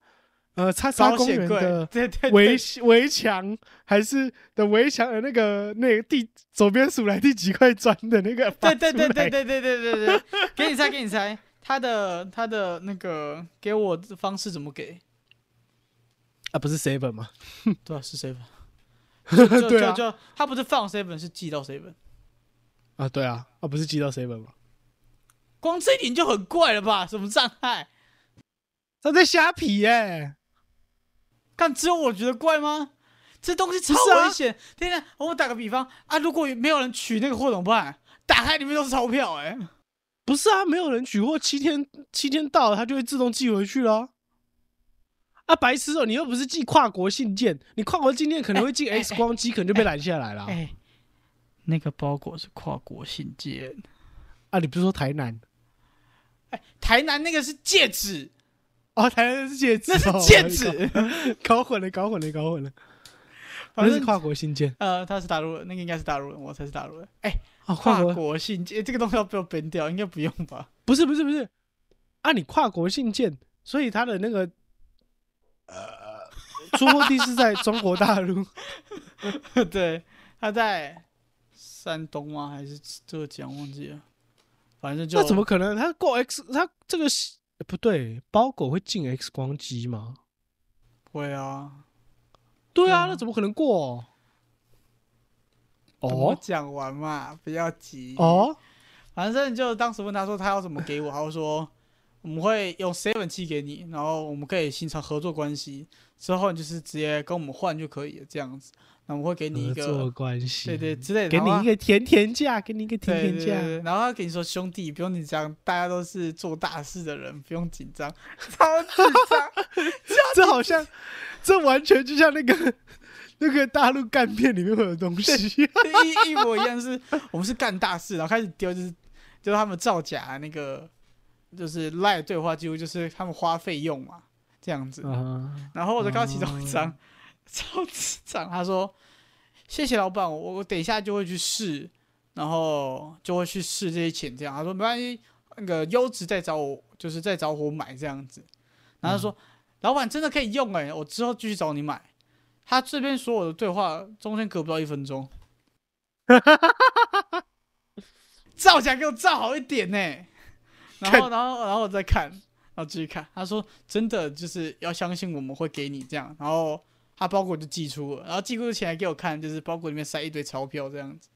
Speaker 2: 呃叉叉
Speaker 1: 保
Speaker 2: 公
Speaker 1: 险
Speaker 2: 园
Speaker 1: 柜
Speaker 2: 的
Speaker 1: <laughs> 对对
Speaker 2: 围
Speaker 1: 对，
Speaker 2: 围墙，还是的围墙的那个那个第左边数来第几块砖的那个发
Speaker 1: 对
Speaker 2: 出
Speaker 1: 对对对
Speaker 2: 来，
Speaker 1: 对对对对对，给你猜，给你猜，他的他的那个给我的方式怎么给？
Speaker 2: 啊，不是 seven 吗？
Speaker 1: 对啊，是
Speaker 2: <laughs>
Speaker 1: seven，就就
Speaker 2: 对
Speaker 1: 就
Speaker 2: 啊
Speaker 1: 就他不是放 seven，是寄到 seven，
Speaker 2: 啊，对啊，啊，不是寄到 seven 吗？
Speaker 1: 光这一点就很怪了吧？什么障碍？
Speaker 2: 他在虾皮耶、
Speaker 1: 但只有我觉得怪吗？这东西超
Speaker 2: 不是啊
Speaker 1: 危险！天哪，我打个比方啊，如果没有人取那个货怎么办？打开里面都是钞票哎、
Speaker 2: 不是啊，没有人取货，七天七天到了，它就会自动寄回去了啊。啊，白痴哦、你又不是寄跨国信件，你跨国信件可能会
Speaker 1: <laughs>
Speaker 2: 进
Speaker 1: 哎哎
Speaker 2: X 光机，可能就被拦下来了啊。
Speaker 1: 哎、那个包裹是跨国信件，哎
Speaker 2: 啊，你不是说台南？
Speaker 1: 台南那个是戒指，
Speaker 2: 哦，台南是戒指
Speaker 1: 那
Speaker 2: 哦，
Speaker 1: 是戒
Speaker 2: 我搞
Speaker 1: 指。
Speaker 2: 搞混了，搞混了，搞混了。
Speaker 1: 反
Speaker 2: 那
Speaker 1: 正
Speaker 2: 是跨国信件
Speaker 1: <laughs> 呃，他是大陆人，那个应该是大陆人，我才是大陆人。哎、<laughs> 跨
Speaker 2: 啊，跨国
Speaker 1: 国信件这个东西要不要编掉？应该不用吧？ <laughs>
Speaker 2: 不是不是不是啊，你跨国信件，所以他的那个呃出货地是在中国大陆，
Speaker 1: 对，他在山东吗？还是浙江？忘记了。反 <laughs> 正就
Speaker 2: 那怎么可能？他过 X，他这个是呃不对，包裹会进 X 光机吗？
Speaker 1: 会啊？
Speaker 2: 对啊，
Speaker 1: 嗯
Speaker 2: 那怎么可能过？
Speaker 1: 等我
Speaker 2: 哦
Speaker 1: 讲完嘛，不要急。，
Speaker 2: 哦，
Speaker 1: 反正就当时问他说他要怎么给我，他就说我们会用 seven 寄给你，然后我们可以形成合作关系，之后你就是直接跟我们换就可以了，这样子。那我们会给你一
Speaker 2: 合作
Speaker 1: 个
Speaker 2: 呃关系，
Speaker 1: 对对，之类的，
Speaker 2: 给
Speaker 1: 然后他
Speaker 2: 你一个甜甜价，给你一个甜
Speaker 1: 对
Speaker 2: 甜
Speaker 1: 对
Speaker 2: 价。
Speaker 1: 对，然后他跟你说兄弟，不用你这样，大家都是做大事的人，不用紧张，超紧张。
Speaker 2: <laughs> 这好像，这完全就像那个 <laughs> 那个大陆干片里面会有的东西。 <laughs>
Speaker 1: 一一模一样是，我们是干大事，然后开始丢就是就是他们造假那个就是赖对话记录，就是他们花费用嘛这样子。
Speaker 2: 啊，
Speaker 1: 然后我就看到其中一张、
Speaker 2: 哦
Speaker 1: 超智障，他说：“谢谢老板，我我等一下就会去试，然后就会去试这些钱。”这样他说：“没关系，那个优质再找我，就是再找我买这样子。”然后他说：“老板真的可以用哎、我之后继续找你买。”他这边所有的对话中间隔不到一分钟，造假给我造好一点呢、然后，然后，然后我再看，然后继续看。他说：“真的就是要相信我们会给你这样。”然后他包裹就寄出了，然后寄出前还给我看，就是包裹里面塞一堆钞票这样子。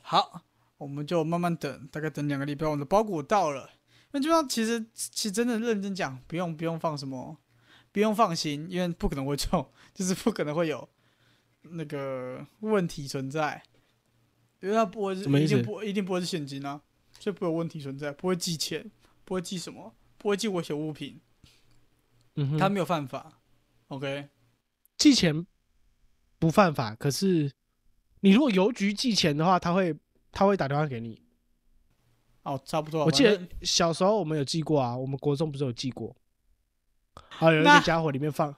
Speaker 1: 好，我们就慢慢等，大概等两个礼拜，我的包裹到了。那就上其实其实真的认真讲，不用不用放什么，不用放心，因为不可能会中，就是不可能会有那个问题存在，因为它不会是
Speaker 2: 什么意
Speaker 1: 一定
Speaker 2: 思
Speaker 1: 不一定不会是现金啊，所以不会有问题存在，不会寄钱，不会寄什么，不会寄危险物品，
Speaker 2: 嗯哼
Speaker 1: 他没有犯法。OK，
Speaker 2: 寄钱不犯法，可是你如果邮局寄钱的话，他会他会打电话给你。
Speaker 1: 哦，差不多啊。
Speaker 2: 我记
Speaker 1: 反
Speaker 2: 得
Speaker 1: 正
Speaker 2: 小时候我们有寄过啊，我们国中不是有寄过？啊，有一
Speaker 1: 那
Speaker 2: 个家伙里面放，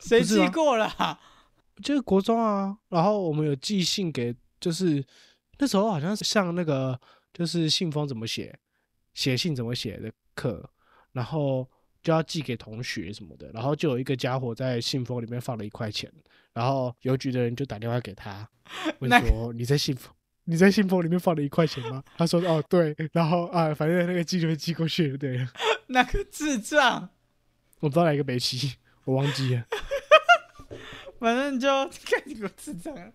Speaker 1: 谁
Speaker 2: 不是
Speaker 1: 寄
Speaker 2: 吗
Speaker 1: 过啦？ <laughs>
Speaker 2: 就是国中啊，然后我们有寄信给，就是那时候好像是上那个就是信封怎么写，写信怎么写的课，然后就要寄给同学什么的，然后就有一个家伙在信封里 <laughs> 面放了一块钱，然后邮局的人就打电话给他，问
Speaker 1: 那
Speaker 2: 说你在信封。你在信封里面放了一块钱吗？”他说：“哦，对。”然后啊，反正那个寄就会寄过去，对 <laughs> 了。
Speaker 1: 那个智障，
Speaker 2: 我不知道哪一个北齐，我忘记了。
Speaker 1: 反正就看你个智障啊！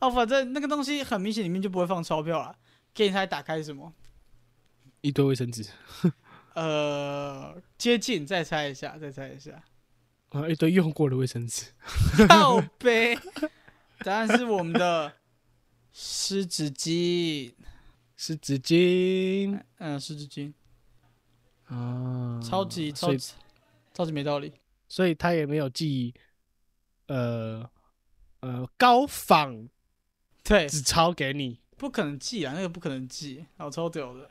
Speaker 1: 哦，反正那个东西很明显里面就不会放钞票了，给你猜打开什么？
Speaker 2: <laughs> 一堆卫生纸
Speaker 1: 呃，接近，再猜一下，再猜一
Speaker 2: <laughs>
Speaker 1: 下。
Speaker 2: 啊，一堆用过的卫生纸。
Speaker 1: 靠背，答案是我们的湿纸巾。
Speaker 2: 是纸巾
Speaker 1: 嗯，湿纸巾，
Speaker 2: 啊，
Speaker 1: 超级超
Speaker 2: 所以
Speaker 1: 级超级没道理。
Speaker 2: 所以他也没有寄，呃呃高仿
Speaker 1: 对，
Speaker 2: 纸钞给你，
Speaker 1: 不可能寄啊，那个不可能寄，然后超屌的。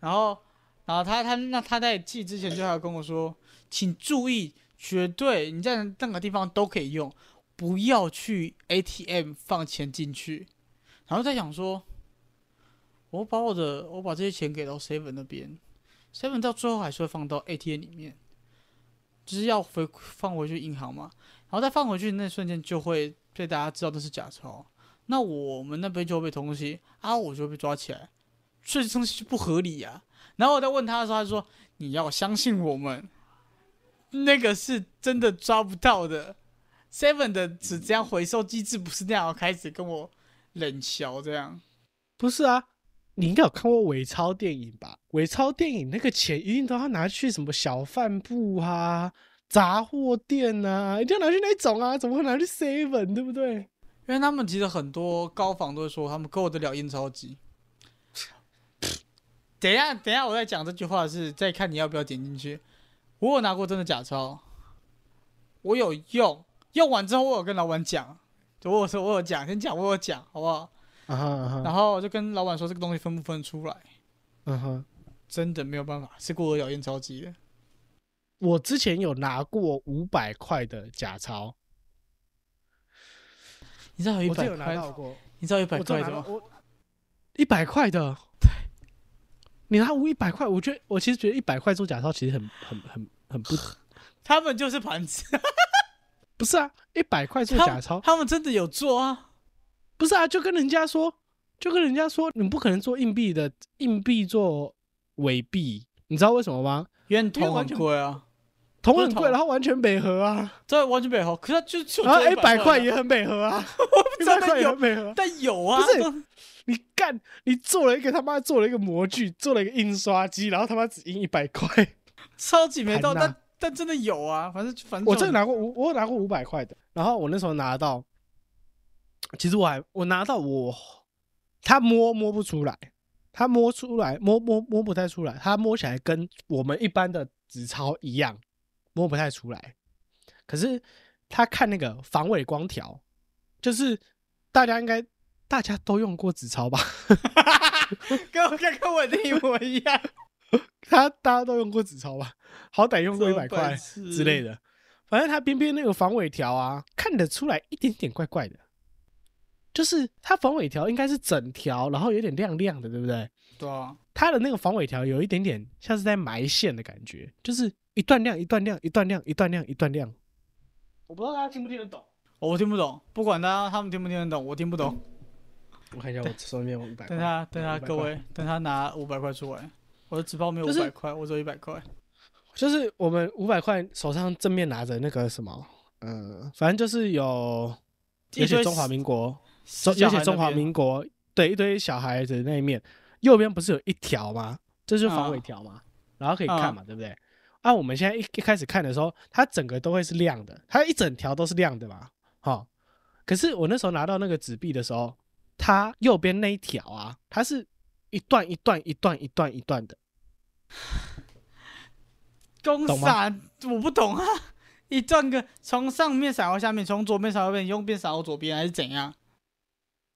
Speaker 1: 然后，然后他他那他在寄之前就还有跟我说，请注意，绝对你在任何地方都可以用，不要去 ATM 放钱进去。然后在想说，我把我的我把这些钱给到 Seven 那边，Seven 到最后还是会放到 ATM 里面，就是要回放回去银行嘛。然后再放回去那瞬间就会被大家知道那是假钞。那我们那边就会被通缉啊，我就会被抓起来，所以这东西就不合理呀、然后我在问他的时候，他就说：“你要相信我们，那个是真的抓不到的。Seven 的纸这样回收机制不是那样。”开始跟我冷笑这样。
Speaker 2: 不是啊？你应该有看过伪钞电影吧？伪钞电影那个钱一定都要拿去什么小贩部啊、杂货店啊，一定要拿去那种啊，怎么会拿去 seven 对不对？
Speaker 1: 因为他们其实很多高仿都会说他们够得了印钞机。等一下，等一下，我在讲这句话是再看你要不要点进去。我有拿过真的假钞，我有用，用完之后我有跟老板讲，就我有说我有讲，先讲我有讲，好不好？
Speaker 2: 啊哈啊哈
Speaker 1: 然后我就跟老板说这个东西分不分出来，
Speaker 2: 啊哈！
Speaker 1: 真的没有办法，是过得了印钞机的。
Speaker 2: 我之前有拿过五百块的假钞，
Speaker 1: 你知道有一
Speaker 2: 我真
Speaker 1: 百
Speaker 2: 有拿
Speaker 1: 块，
Speaker 2: 到过，
Speaker 1: 你知道有一百
Speaker 2: 我真
Speaker 1: 块
Speaker 2: 拿
Speaker 1: 的
Speaker 2: 到
Speaker 1: 吗？
Speaker 2: 我一百块的，对，你拿五一百块，我觉得我其实觉得一百块做假钞其实很很很很不，
Speaker 1: 他们就是盘子，
Speaker 2: 不是啊，一百块做
Speaker 1: 他
Speaker 2: 假
Speaker 1: 们
Speaker 2: 钞
Speaker 1: 他们真的有做啊。
Speaker 2: 不是啊，就跟人家说，就跟人家说，你不可能做硬币的，硬币做伪币，你知道为什么吗？
Speaker 1: 因为铜
Speaker 2: 完
Speaker 1: 很
Speaker 2: 全
Speaker 1: 贵啊，
Speaker 2: 铜很
Speaker 1: 不是
Speaker 2: 贵，
Speaker 1: 铜
Speaker 2: 然后完全美合啊，
Speaker 1: 对，完全没有。可是他就 <laughs> 就
Speaker 2: 然后
Speaker 1: 一
Speaker 2: 一啊哎百块
Speaker 1: 也。
Speaker 2: 也很美合啊，
Speaker 1: <laughs>
Speaker 2: 一
Speaker 1: 道
Speaker 2: 百块也很美合啊。
Speaker 1: 但有啊，
Speaker 2: 不是
Speaker 1: 都
Speaker 2: 你干，你做了一个他妈做了一个模具，做了一个印刷机，然后他妈只印一百块。
Speaker 1: 超级没到，
Speaker 2: 盘呐
Speaker 1: 但但真的有啊，反正反正
Speaker 2: 我真的
Speaker 1: 拿
Speaker 2: 拿过五，我有拿过五百块的。然后我那时候拿到，其实我还我拿到我，他摸摸不出来，他摸出来摸摸摸不太出来，他摸起来跟我们一般的纸钞一样，摸不太出来。可是他看那个防伪光条，就是大家应该大家都用过纸钞吧？ <laughs>
Speaker 1: 跟跟跟我的一模一样，
Speaker 2: 他大家都用过纸钞吧？好歹用 <laughs> 过一百块之类
Speaker 1: 的。
Speaker 2: 的。反正它边边那个防伪条啊，看得出来一点点怪怪的，就是它防伪条应该是整条，然后有点亮亮的，对不对？
Speaker 1: 对啊，
Speaker 2: 它的那个防伪条有一点点像是在埋线的感觉，就是一段亮一段亮一段亮一段亮一段亮。我不知道大家听不听得懂。
Speaker 1: 我听不懂，不管他他们听不听得懂，我听不懂。
Speaker 2: 我看一下我手里面有五百
Speaker 1: 等他等他
Speaker 2: 500
Speaker 1: 各位，等他拿五百块出来，我的纸包没有
Speaker 2: 就
Speaker 1: 五
Speaker 2: 是
Speaker 1: 百块，我只有一百块。
Speaker 2: 就是我们五百块手上正面拿着那个什么，嗯，反正就是有
Speaker 1: 一堆
Speaker 2: 有写中华民国，
Speaker 1: 死
Speaker 2: 中
Speaker 1: 小
Speaker 2: 有
Speaker 1: 孩
Speaker 2: 写中华
Speaker 1: 那边
Speaker 2: 民国，对，一堆小孩子那一面，右边不是有一条吗？这就是防伪条嘛，然后可以看
Speaker 1: 嗯
Speaker 2: 嘛，对不对？啊，我们现在一一开始看的时候，它整个都会是亮的，它一整条都是亮的嘛，哈、可是我那时候拿到那个纸币的时候，它右边那一条啊，它是一段一段一段一段一段的，
Speaker 1: 公
Speaker 2: 懂吗
Speaker 1: 闪，我不懂啊，一段个从上面闪到下面，从左边闪到右边，右边闪到左边，还是怎样？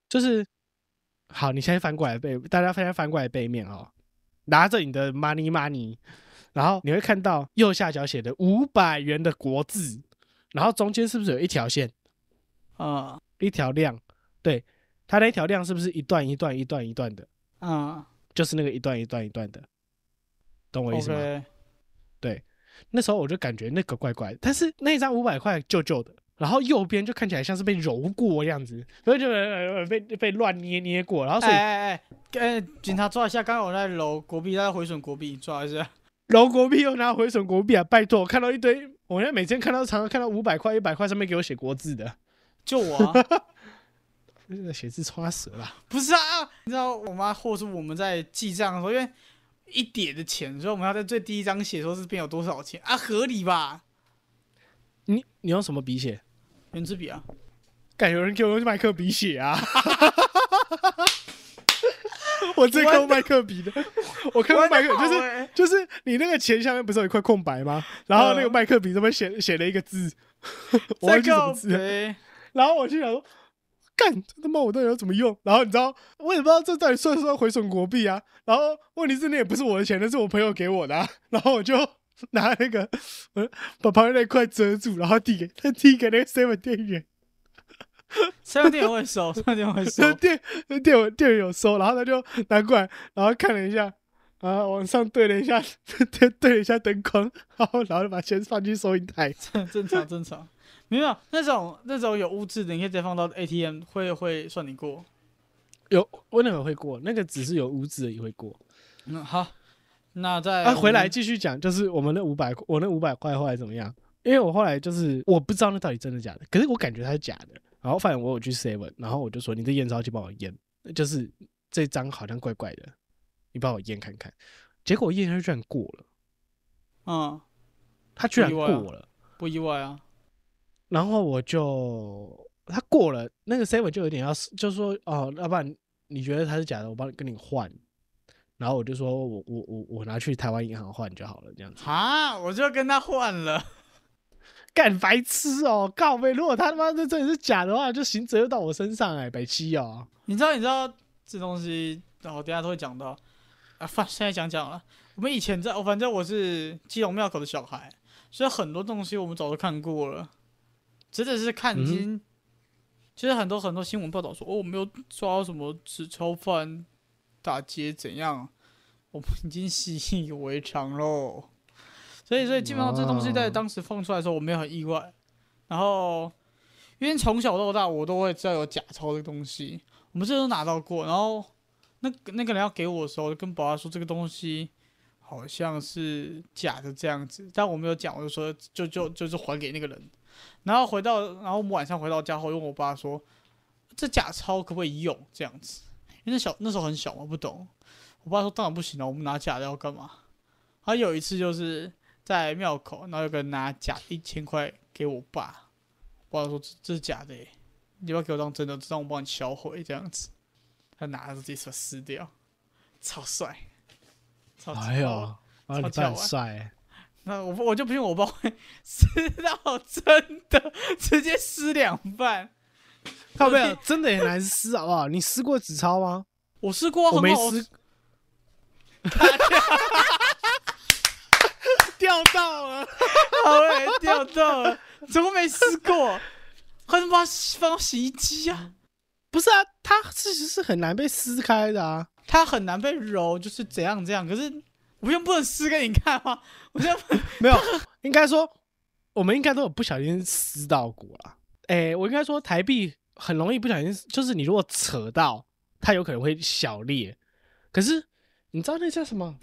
Speaker 2: 就是好，你现在翻过来背，大家现在翻过来背面哦，拿着你的 money money，然后你会看到右下角写的五百元的国字，然后中间是不是有一条线，
Speaker 1: 啊
Speaker 2: 一条亮？对，它那一条亮是不是一段一段一段一段的？
Speaker 1: 啊
Speaker 2: 就是那个一段一段一段的，懂我意思吗？
Speaker 1: ，OK，
Speaker 2: 那时候我就感觉那个怪怪的，但是那张五百块旧旧的，然后右边就看起来像是被揉过样子，所以就呃被被乱捏捏过，啊然后所以
Speaker 1: 哎哎哎，哎，警察抓一下，刚刚我在揉国币，在回损国币，抓一下。 <laughs>
Speaker 2: 揉国币又拿回损国币啊！拜托，我看到一堆，我现在每天看到常常看到五百块、一百块上面给我写国字的，
Speaker 1: 就我、
Speaker 2: <laughs>
Speaker 1: 啊，
Speaker 2: 那个写字冲他死了。
Speaker 1: 不是啊，你知道我妈或是我们在记账的时候，因为一叠的钱，所以我们要在最第一张写说这边有多少钱啊，合理吧？
Speaker 2: 你你用什么笔写？
Speaker 1: 圆珠笔啊，
Speaker 2: 敢有人给我用麦克笔写啊！ <laughs> 我最看过麦克笔的，我看过麦克，就是
Speaker 1: 是
Speaker 2: 就是你那个钱下面不是有一块空白吗？然后那个麦克笔上面写写了一个字， <laughs> 我忘记什么字了，
Speaker 1: 对，
Speaker 2: 然后我就想说，干，这他妈我到底要怎么用？然后你知道，我也不知道这到底算不算回损国币啊？然后问题是那也不是我的钱，那是我朋友给我的、啊，然后我就 <laughs> 拿那个，我把旁边那块遮住，然后递给他递给那个 seven 店员，
Speaker 1: 三个店会收，三个店会
Speaker 2: <laughs>
Speaker 1: 收
Speaker 2: 那。店那店员店员有收，然后他就拿过来，然后看了一下。然后往上对了一下， <laughs> 对对了一下灯光，然后然后就把钱放进收银台。
Speaker 1: 正常正常，没有那种那种有污渍的，你可以直接放到 ATM 会会算你过。
Speaker 2: 有我那个会过，那个只是有污渍也会过。
Speaker 1: 嗯，好，那再
Speaker 2: 啊，回来继续讲，就是我们那五百，我那五百块后来怎么样？因为我后来就是我不知道那到底真的假的，可是我感觉它是假的。然后反正我有去 seven，然后我就说你这验钞机帮我验，就是这张好像怪怪的，你帮我验看看。结果我验它居然过了，
Speaker 1: 嗯，
Speaker 2: 它居然
Speaker 1: 意
Speaker 2: 过
Speaker 1: 外啊
Speaker 2: 了。
Speaker 1: 不意外啊。
Speaker 2: 然后我就他过了，那个 seven 就有点要，就说哦，要不然你觉得他是假的，我帮你跟你换。然后我就说我我我我拿去台湾银行换就好了，这样子。
Speaker 1: 哈，我就跟他换了。
Speaker 2: 干白痴哦、告呗！如果他他妈这真的是假的话，就刑责又到我身上哎、白痴哦、
Speaker 1: 你知道你知道这东西，然后等一下都会讲到啊。反现在讲讲了，我们以前在，我哦反正我是基隆庙口的小孩，所以很多东西我们早都看过了，真的是看经。其实很多很多新闻报道说，哦，我没有抓到什么纸钞贩打劫怎样，我们已经习以为常喽。所以，所以基本上这东西在
Speaker 2: 哦
Speaker 1: 当时放出来的时候，我没有很意外。然后，因为从小到大我都会知道有假钞这个东西，我们这都拿到过。然后，那个那个人要给我的时候，我就跟保安说这个东西好像是假的这样子，但我没有讲，我就说就就就是还给那个人。然后回到，然后我们晚上回到家后，我就问我爸说：“这假钞可不可以用？”这样子，因为那小那时候很小嘛，不懂。我爸说：“当然不行了，啊我们拿假的要干嘛？”他有一次就是在庙口，然后有个人拿假一千块给我爸，我爸说：“这这是假的、欸，你要不要给我当真的，让我帮你销毁这样子。”他拿着自己手撕掉，超帅，超
Speaker 2: 哎呦，啊，你
Speaker 1: 超
Speaker 2: 爸很帅、欸，
Speaker 1: 那我不我就不信我爸会 <laughs> 吃到真的，直接撕两半。
Speaker 2: 靠背啊真的也难撕好不好？你撕过纸钞吗？
Speaker 1: 我试过，啊
Speaker 2: 我没
Speaker 1: 很好
Speaker 2: 撕， <laughs> 掉到了，
Speaker 1: 好哎、掉到了，怎么没试过？快点把它放到洗衣机啊！
Speaker 2: 不是啊，它其实是很难被撕开的啊。
Speaker 1: 它很难被揉，就是怎样怎样。可是我又不能撕给你看吗？我现在
Speaker 2: <laughs> 没有，应该说我们应该都有不小心撕到过啦。诶、我应该说台币很容易不小心，就是你如果扯到，它有可能会小裂。可是你知道那叫什么？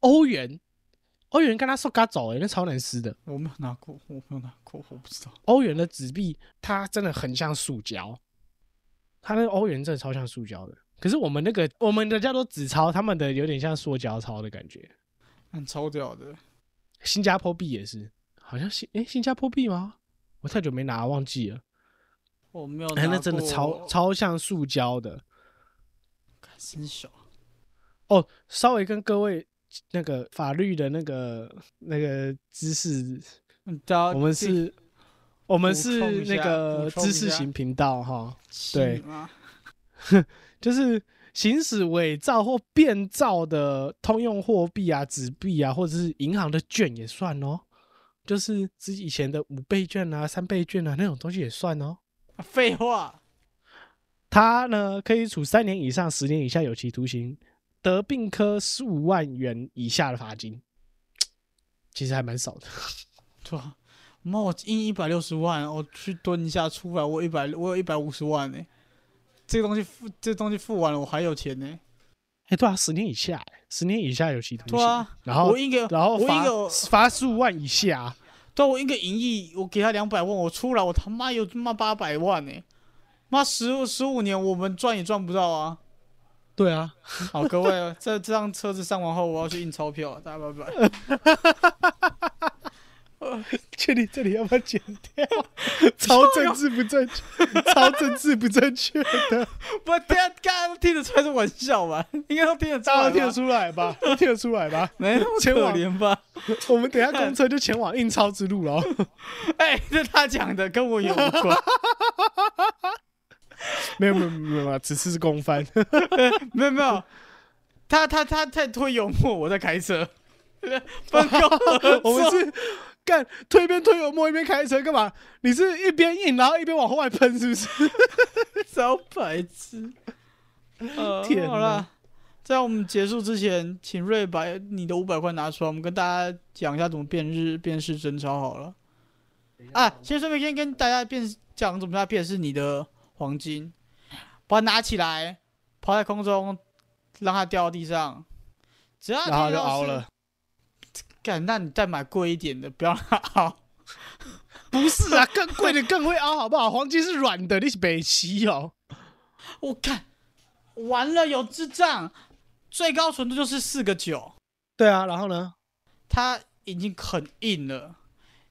Speaker 2: 欧元，欧元跟它说嘎走、欸，那超难撕的。
Speaker 1: 我没有拿过，我没有拿过，我不知道。
Speaker 2: 欧元的纸币它真的很像塑胶，它那个欧元真的超像塑胶的。可是我们那个我们的叫做纸钞，他们的有点像塑胶钞的感觉。
Speaker 1: 很嗯超屌的，
Speaker 2: 新加坡币也是，好像新诶、新加坡币吗？我太久没拿，忘记了。
Speaker 1: 我没有拿
Speaker 2: 哎、
Speaker 1: 过。
Speaker 2: 那真的超超像塑胶的
Speaker 1: 干真小。
Speaker 2: 哦。稍微跟各位那个法律的那个那个知识，
Speaker 1: 嗯，大家
Speaker 2: 我们是，我们
Speaker 1: 补充
Speaker 2: 是
Speaker 1: 一下
Speaker 2: 那个
Speaker 1: 补充一
Speaker 2: 知
Speaker 1: 下
Speaker 2: 识型频道哈，对
Speaker 1: 信吗
Speaker 2: 就是行使伪造或变造的通用货币啊、纸币啊，或者是银行的券也算哦。就是之以前的五倍券啊、三倍券啊那种东西也算哦。
Speaker 1: 啊废话，
Speaker 2: 他呢可以处三年以上十年以下有期徒刑，得并科十五万元以下的罚金，其实还蛮少的。 <laughs>
Speaker 1: 对吧？妈，我印一百六十万，我去蹲一下出来，我一百，我有一百五十万呢、这个东西付，这东西付完了，我还有钱呢、欸
Speaker 2: 哎、对啊，十年以下、哎十年以下有期徒刑，
Speaker 1: 对啊，
Speaker 2: 然后
Speaker 1: 我一个，
Speaker 2: 然后
Speaker 1: 我一
Speaker 2: 罚
Speaker 1: 个，
Speaker 2: 罚十五万以下啊，
Speaker 1: 对啊，我一个银亿，我给他两百万，我出来，我他妈有他妈八百万呢、妈十十五年我们赚也赚不到 <laughs> 啊！
Speaker 2: 对啊，
Speaker 1: 好，各位，这这辆车子上完后，我要去印钞票，啊大家拜拜。
Speaker 2: <laughs> 确定这里要不要剪
Speaker 1: <laughs>
Speaker 2: 掉？超政治不正确，超政治不正确的，
Speaker 1: <laughs> 不，大家刚刚听得出来是玩笑吧？ <laughs> 应该都听得出
Speaker 2: 大
Speaker 1: 来
Speaker 2: 家
Speaker 1: 吧，
Speaker 2: 啊听得出来吧？
Speaker 1: 啊
Speaker 2: 都听得出来吧？ <laughs>
Speaker 1: 没那么
Speaker 2: 前
Speaker 1: 可
Speaker 2: 往
Speaker 1: 怜吧？
Speaker 2: 我们等一下公车就前往印钞之路了。
Speaker 1: <laughs> 哎、这他讲的跟我有关，
Speaker 2: <laughs> 没有没有没有没有，此次是公翻。
Speaker 1: 没有没有，他他他在推油墨，我在开车， <laughs> 分工合作
Speaker 2: 我们是干推边推油墨一边开车干嘛？你是一边印然后一边往外喷是不是？
Speaker 1: 小白痴。呃，
Speaker 2: 天哪
Speaker 1: 好了，在我们结束之前，请瑞把你的五百块拿出来，我们跟大家讲一下怎么辨日辨识真钞好了。啊，先顺便先跟大家辨讲怎么样辨识你的黄金，把它拿起来，抛在空中，让它掉到地上，只要它
Speaker 2: 然后
Speaker 1: 地
Speaker 2: 就
Speaker 1: 上
Speaker 2: 熬
Speaker 1: 是
Speaker 2: 了。
Speaker 1: 干，那你再买贵一点的，不要让它凹。
Speaker 2: 不是啊，更贵的更会凹好不好？黄金是软的，你是北齐哦。
Speaker 1: 我看，完了有智障，最高纯度就是四个九，
Speaker 2: 对啊，然后呢？
Speaker 1: 它已经很硬了，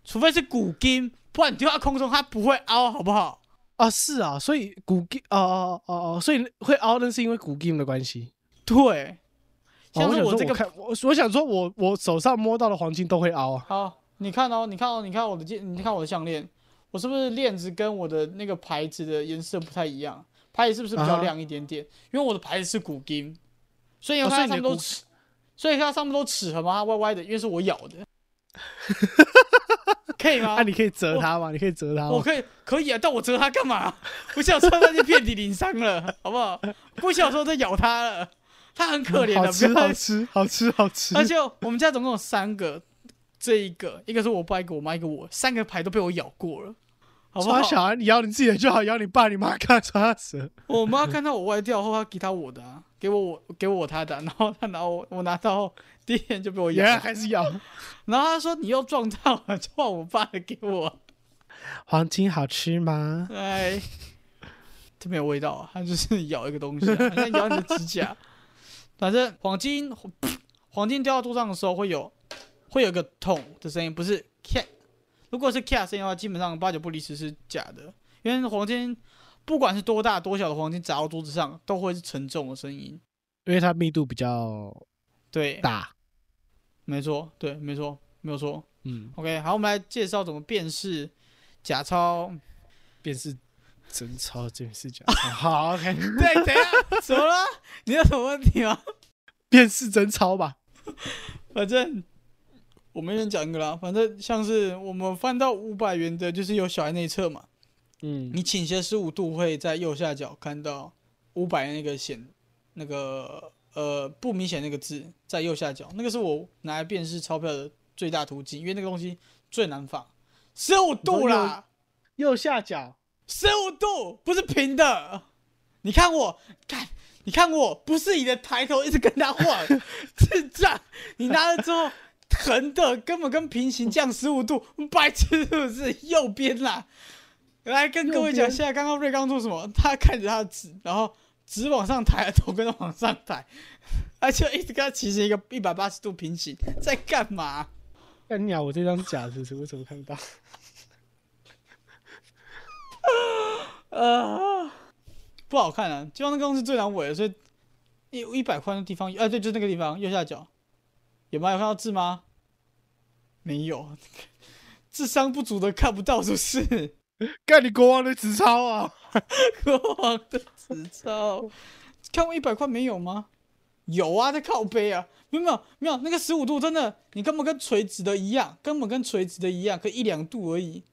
Speaker 1: 除非是古金，不然你丢到空中它不会凹，好不好？
Speaker 2: 啊，是啊，所以古 game 哦哦哦哦，所以会凹，那是因为古 game 的关系。
Speaker 1: 对，
Speaker 2: 哦
Speaker 1: 像是
Speaker 2: 我想
Speaker 1: 这
Speaker 2: 说
Speaker 1: 个，
Speaker 2: 看我我想说我我手上摸到的黄金都会凹啊。
Speaker 1: 好，你看哦，你看哦，你看我的戒，你看我的项链，我是不是链子跟我的那个牌子的颜色不太一样？牌子是不是比
Speaker 2: 啊
Speaker 1: 较
Speaker 2: 哈
Speaker 1: 亮一点点？因为我的牌子是古金，所以你
Speaker 2: 哦
Speaker 1: 看它
Speaker 2: 所以你
Speaker 1: 上面
Speaker 2: 的
Speaker 1: 都
Speaker 2: 古
Speaker 1: 齿，所以它上面都齿痕嘛，它歪歪的，因为是我咬的，可以吗
Speaker 2: 啊，？你可以折它吗？你可以折它
Speaker 1: 我
Speaker 2: 吗？
Speaker 1: 可以可以啊，但我折它干嘛？我小时候它就遍体鳞伤了，好不好？我小时候在咬它了，它很可怜
Speaker 2: 好
Speaker 1: 的，
Speaker 2: 吃，
Speaker 1: 不要
Speaker 2: 好吃，好吃，好
Speaker 1: <laughs>
Speaker 2: 吃。
Speaker 1: 而且我们家总共有三个，这一个，一个是我爸，一个我妈，一个我，三个牌都被我咬过了，好不好
Speaker 2: 抓？小孩，你咬你自己的就好，咬你爸你妈看抓蛇。
Speaker 1: 我妈看到我歪掉后，她给她我的、啊，给我我给我她的啊、然后她拿我我拿到后，第一天就被我咬
Speaker 2: 原
Speaker 1: 了，
Speaker 2: 来还是咬。
Speaker 1: 然后她说你又撞到了，就换我爸的给我，啊
Speaker 2: 黄金好吃吗？
Speaker 1: 哎，这没有味道啊，它就是咬一个东西、啊， <laughs> 好像咬你的指甲，反正黄金黄金掉到桌上的时候会有会有一个痛的声音，不是咔。如果是咔声音的话，基本上八九不离十是假的，因为黄金不管是多大多小的黄金砸到桌子上，都会是沉重的声音。
Speaker 2: 因为它密度比较
Speaker 1: 对，
Speaker 2: 大。
Speaker 1: 没错，对，没错，没有错。
Speaker 2: 嗯，
Speaker 1: OK，好，我们来介绍怎么辨识假钞。
Speaker 2: 便是真钞，真是假钞。 <laughs> 好，OK，
Speaker 1: 对，等一下， <laughs> 怎么了？你有什么问题吗？
Speaker 2: 便是真钞吧。
Speaker 1: 反正我们一人讲一个啦。反正像是我们翻到五百元的，就是有小孩内侧嘛，
Speaker 2: 嗯，
Speaker 1: 你倾斜十五度会在右下角看到五百那个显那个呃不明显那个字在右下角，那个是我拿来辨识钞票的最大途径，因为那个东西最难仿，十五度啦，
Speaker 2: 右下角。
Speaker 1: 十五度不是平的。你看我，看，你看我，不是你的抬头一直跟他晃，
Speaker 2: <laughs>
Speaker 1: 智障！你拿了之后，横的根本跟平行降十五度，白痴是不是？右边啦！来跟各位
Speaker 2: 右
Speaker 1: 讲，
Speaker 2: 边
Speaker 1: 现在刚刚瑞刚做什么？他看着他的纸，然后纸往上抬，头跟着往上抬，而且一直跟他其实一个一百八十度平行，在干嘛？
Speaker 2: 干你啊！我这张假的是不是？我怎么看不到？ <laughs>
Speaker 1: 呃，不好看啊，就像那个东西最难围的，所以一一百块的地方，哎、对，就是那个地方右下角，有吗？有看到字吗？没有， <laughs> 智商不足的看不到是不是？ <laughs>
Speaker 2: 干你国王的纸钞啊！
Speaker 1: 国王的执照，看过一百块没有吗？有啊，在靠背啊，没有没有没有，那个十五度真的，你根本跟垂直的一样，根本跟垂直的一样，可一两度而已。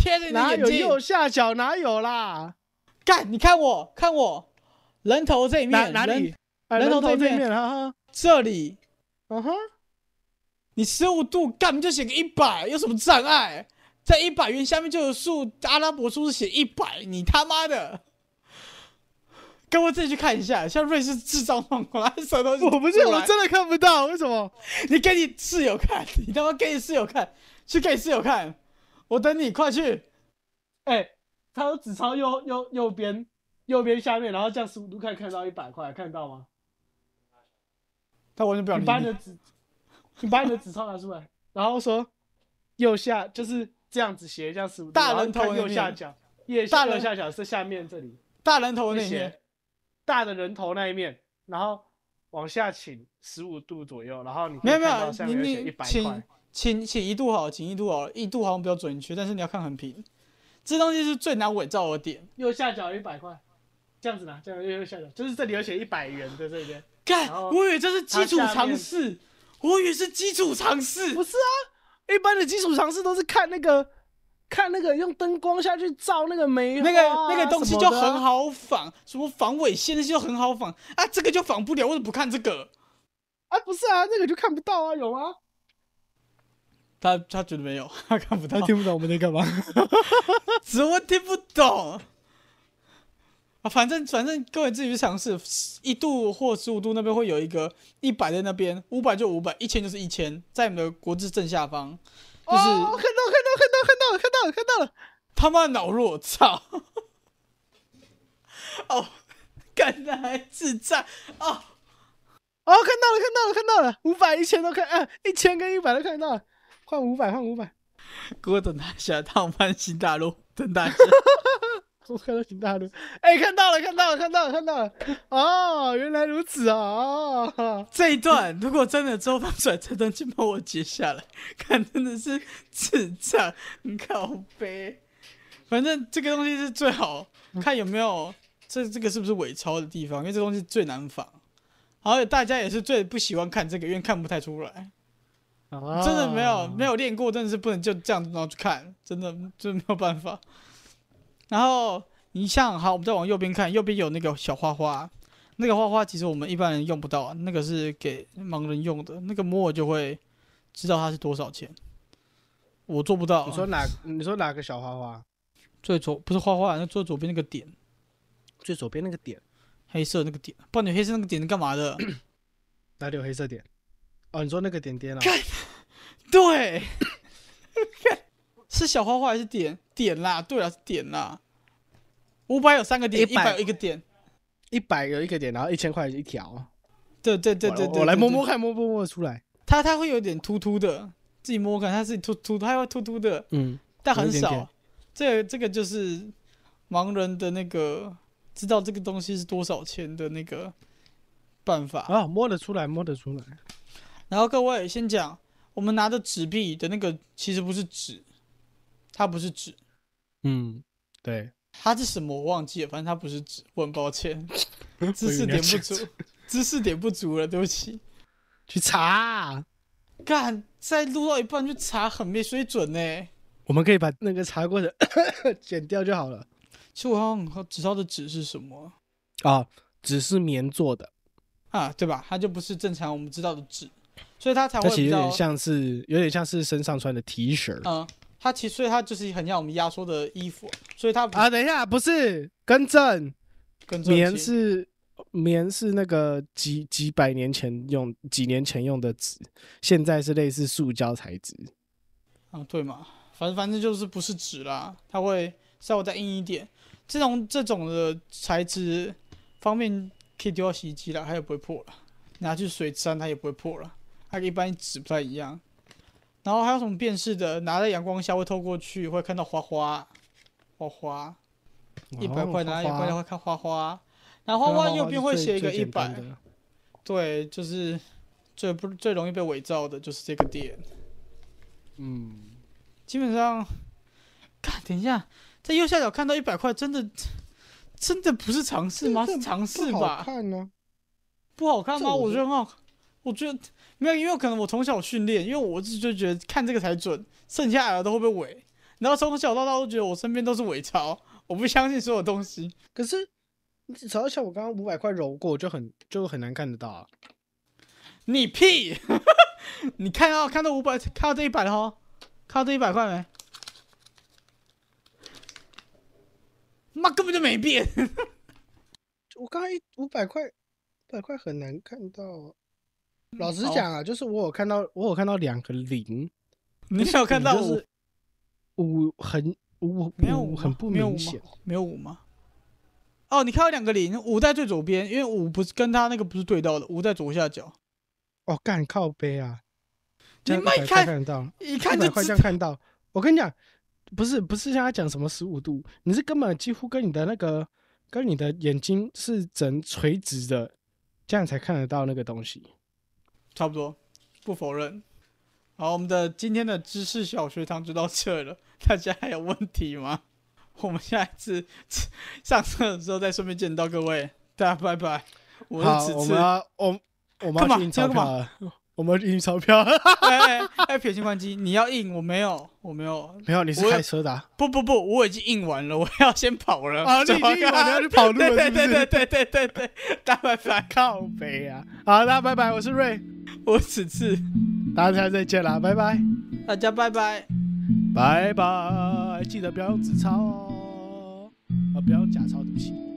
Speaker 1: 贴着你
Speaker 2: 哪
Speaker 1: 眼
Speaker 2: 有
Speaker 1: 睛，
Speaker 2: 右下角？哪有啦？
Speaker 1: 干，你看我，看我，人头这一
Speaker 2: 哪
Speaker 1: 面，
Speaker 2: 哪
Speaker 1: 人
Speaker 2: 里？哎
Speaker 1: 人头
Speaker 2: 头
Speaker 1: 对
Speaker 2: 对
Speaker 1: 面
Speaker 2: 面，哈哈，
Speaker 1: 这里，
Speaker 2: 嗯哼。
Speaker 1: 你十五度干你就写个一百，有什么障碍？在一百元下面就有数，阿拉伯数字写一百，你他妈的！跟我自己去看一下，像瑞士智障状况，他什么东西
Speaker 2: 我不是，
Speaker 1: 出来
Speaker 2: 我真的看不到，为什么？
Speaker 1: 你给你室友看，你他妈给你室友看，去给你室友看，我等你，快去！
Speaker 3: 哎，他有只抄右右右边右边下面，然后这样十五度看看到一百块，看得到吗？
Speaker 1: 他完全不想
Speaker 3: 你把你
Speaker 1: 理
Speaker 3: 的
Speaker 1: 你。
Speaker 3: 纸，你把你的纸钞拿出来，然后说右下就是这样子斜，这样十五度，
Speaker 1: 大
Speaker 3: 然后
Speaker 1: 人头
Speaker 3: 看
Speaker 1: 那
Speaker 3: 右下
Speaker 1: 面
Speaker 3: 角，右
Speaker 1: 大
Speaker 3: 下
Speaker 1: 人
Speaker 3: 右下角是下面这里，
Speaker 1: 大人头
Speaker 3: 会
Speaker 1: 那一面
Speaker 3: 写大的人头那一面，然后往下倾十五度左右，然后你可以
Speaker 1: 没有没
Speaker 3: 看到
Speaker 1: 有，
Speaker 3: 下
Speaker 1: 你
Speaker 3: 面写一
Speaker 1: 你
Speaker 3: 百
Speaker 1: 请
Speaker 3: 块，
Speaker 1: 请请一度好，请一度好，一度好像比较准确，但是你要看横屏，这东西是最难伪造的点。
Speaker 3: 右下角一百块，这样子拿，这样右下角就是这里有写一百元的这边，
Speaker 1: 干，
Speaker 3: 然后
Speaker 1: 我以为这是基础
Speaker 3: 它下
Speaker 1: 常
Speaker 3: 面
Speaker 1: 识，我以为是基础常识。
Speaker 2: 不是啊，一般的基础常识都是看那个，看那个用灯光下去照那个梅花
Speaker 1: 那
Speaker 2: 啊、
Speaker 1: 个那个东西就
Speaker 2: 什么的
Speaker 1: 很
Speaker 2: 啊。
Speaker 1: 好仿，什么防伪线那些就很好仿啊，这个就仿不了，为什么不看这个？
Speaker 2: 啊，不是啊，那个就看不到啊，有吗？
Speaker 1: 他他觉得没有，他看不到，
Speaker 2: <laughs> 不懂我们在干嘛。
Speaker 1: 只我听不懂。啊，反正反正各位自己去尝试，一度或十五度那边会有一个一百在那边，五百就五百，一千就是一千，在你们的国字正下方，就
Speaker 2: 哦，
Speaker 1: 是、
Speaker 2: 看到看到看到看到看到了看到了，
Speaker 1: 他妈脑弱，操！ <laughs> 哦，干他还智障哦！
Speaker 2: 哦，看到了看到了看到了，五百一千都看，啊，一千跟一百都看到了，换五百换五百，
Speaker 1: 给我等他一下，他翻新大陆，等他一下。 <laughs>
Speaker 2: 我看到挺大的，哎、看到了看到了看到了看到了，哦，原来如此啊，哦，
Speaker 1: 这一段如果真的之后放出来，这段请帮我截下来，看真的是智障，很靠背。反正这个东西是最好看有没有这这个是不是伪钞的地方，因为这东西最难仿，而且大家也是最不喜欢看这个，因为看不太出来。
Speaker 2: 啊
Speaker 1: 真的没有没有练过，真的是不能就这样然后去看，真的真的没有办法。然后你像好，我们再往右边看，右边有那个小花花，那个花花其实我们一般人用不到啊，那个是给盲人用的，那个摸我就会知道它是多少钱。我做不到，啊
Speaker 2: 你说哪？你说哪个小花花？
Speaker 1: 最左不是花花，那最左边那个点，
Speaker 2: 最左边那个点，
Speaker 1: 黑色那个点，不然你黑色那个点是干嘛的？
Speaker 2: 哪里有黑色点？哦，你说那个点点啊？
Speaker 1: 对，是小花花还是点点啦？对啊啦，是点啦。五百有三个点，一
Speaker 2: 100
Speaker 1: 百有一个点。
Speaker 2: 一百有一个点，然后一千块一条。
Speaker 1: 对对对对
Speaker 2: 我
Speaker 1: 对，
Speaker 2: 我来
Speaker 1: 对
Speaker 2: 摸摸，看，摸摸摸得出来。
Speaker 1: 对它它会有点突突的，自己摸看，它自己突突，它会突突的，
Speaker 2: 嗯，
Speaker 1: 但很
Speaker 2: 有一点
Speaker 1: 少
Speaker 2: 点。
Speaker 1: 这个这个就是盲人的那个知道这个东西是多少钱的那个办法。
Speaker 2: 啊，摸得出来，摸得出来。
Speaker 1: 然后各位先讲，我们拿的纸币的那个其实不是纸，它不是纸，
Speaker 2: 嗯，对，
Speaker 1: 它是什么我忘记了，反正它不是纸，我很抱歉，知识
Speaker 2: <laughs> 我以为你要
Speaker 1: 嗯点不
Speaker 2: 讲
Speaker 1: 足，知识点不足了，对不起。
Speaker 2: 去查啊。
Speaker 1: 干，在录到一半就查，很没水准呢、
Speaker 2: 我们可以把那个查过的 <coughs> 剪掉就好了。
Speaker 1: 其实我好像很好知道的纸是什么
Speaker 2: 啊，纸是棉做的，
Speaker 1: 啊，对吧？它就不是正常我们知道的纸，所以它才
Speaker 2: 它
Speaker 1: 会
Speaker 2: 其
Speaker 1: 比
Speaker 2: 实有
Speaker 1: 较
Speaker 2: 点像是有点像是身上穿的 T 恤
Speaker 1: 嗯，它其实所以它就是很像我们压缩的衣服，所以它不
Speaker 2: 啊。等一下，不是更正，
Speaker 1: 跟这个
Speaker 2: 棉
Speaker 1: 其实
Speaker 2: 是棉是那个几几百年前用几年前用的纸，现在是类似塑胶材质。
Speaker 1: 啊，对嘛，反正反正就是不是纸啦，它会稍微再硬一点。这种这种的材质方面可以丢到洗衣机啦，它也不会破了。拿去水沾它也不会破了，它跟一般纸不太一样。然后还有什么辨识的？拿在阳光下会透过去会看到花花，花花一百块拿
Speaker 2: 拿
Speaker 1: 一百块
Speaker 2: 哦花
Speaker 1: 会看花花，然后花花右边会写一个一百，
Speaker 2: 的。
Speaker 1: 对，就是最不最容易被伪造的就是这个点。
Speaker 2: 嗯，
Speaker 1: 基本上， <laughs> 看，等一下，在右下角看到一百块，真的，真的不是尝试吗？
Speaker 2: 这
Speaker 1: 是尝试吧？
Speaker 2: 看啊呢、
Speaker 1: 不好看吗？
Speaker 2: 这
Speaker 1: 我
Speaker 2: 我
Speaker 1: 觉
Speaker 2: 觉
Speaker 1: 得很好，我觉得没有，因为可能我从小训练，因为我自己就觉得看这个才准，剩下的都会被伪。然后从小到大都觉得我身边都是伪钞，我不相信所有东西。
Speaker 2: 可是，只要像我刚刚五百块揉过，就很就很难看得到啊。
Speaker 1: 你 <laughs> 哦屁！你看到看到五百，看到这一百了哈，看到这一百块没？妈根本就没变。
Speaker 2: 我刚才五百块，五百块很难看到啊。老
Speaker 1: 嗯
Speaker 2: 实讲啊，就是我有看到，我有看到两个零，
Speaker 1: 你没有看到
Speaker 2: 就是
Speaker 1: 五？
Speaker 2: 五很五
Speaker 1: 没有五
Speaker 2: 五
Speaker 1: 吗
Speaker 2: 很不
Speaker 1: 没有
Speaker 2: 明
Speaker 1: 五吗
Speaker 2: 显，
Speaker 1: 没有五吗？哦，你看到两个零，五在最左边，因为五不是跟他那个不是对到的，五在左下角。
Speaker 2: 哦，干靠背啊！
Speaker 1: 你
Speaker 2: 这样
Speaker 1: 妈
Speaker 2: 100
Speaker 1: 一
Speaker 2: 块
Speaker 1: 看
Speaker 2: 看得到，
Speaker 1: 一
Speaker 2: 一
Speaker 1: 看
Speaker 2: 百
Speaker 1: 就
Speaker 2: 块
Speaker 1: 知
Speaker 2: 这样看到。我跟你讲，不是不是像他讲什么十五度，你是根本几乎跟你的那个跟你的眼睛是整垂直的，这样才看得到那个东西。
Speaker 1: 差不多，不否认。好，我们的今天的知识小学堂就到这了，大家还有问题吗？ <laughs> 我们下一次 <laughs> 上课的时候再顺便见到各位，大家拜拜。我
Speaker 2: 好，
Speaker 1: 是
Speaker 2: 我
Speaker 1: 此
Speaker 2: 们
Speaker 1: 次，
Speaker 2: 要我我
Speaker 1: 干
Speaker 2: 们
Speaker 1: 嘛
Speaker 2: 要去印
Speaker 1: 要
Speaker 2: 钞
Speaker 1: 干
Speaker 2: 票
Speaker 1: 嘛
Speaker 2: 了，我们要去印钞票。
Speaker 1: 哎哎哎，撇清关机，你要印，我没有，我没有，
Speaker 2: 没有，你是
Speaker 1: 我
Speaker 2: 开车的啊？
Speaker 1: 不不不，我已经印完了，我要先跑了。
Speaker 2: 啊，你已经印完了要去跑路
Speaker 1: 对
Speaker 2: 了，
Speaker 1: 对
Speaker 2: 是不
Speaker 1: 对对
Speaker 2: 是？
Speaker 1: 对对对对，大家拜拜，
Speaker 2: 靠背啊！好，大家拜拜，我是瑞，
Speaker 1: 我此次，
Speaker 2: 大家再见啦，拜拜，
Speaker 1: 大家拜拜。
Speaker 2: 呃拜拜，记得不要用纸钞哦，啊，不要用假钞，对不起。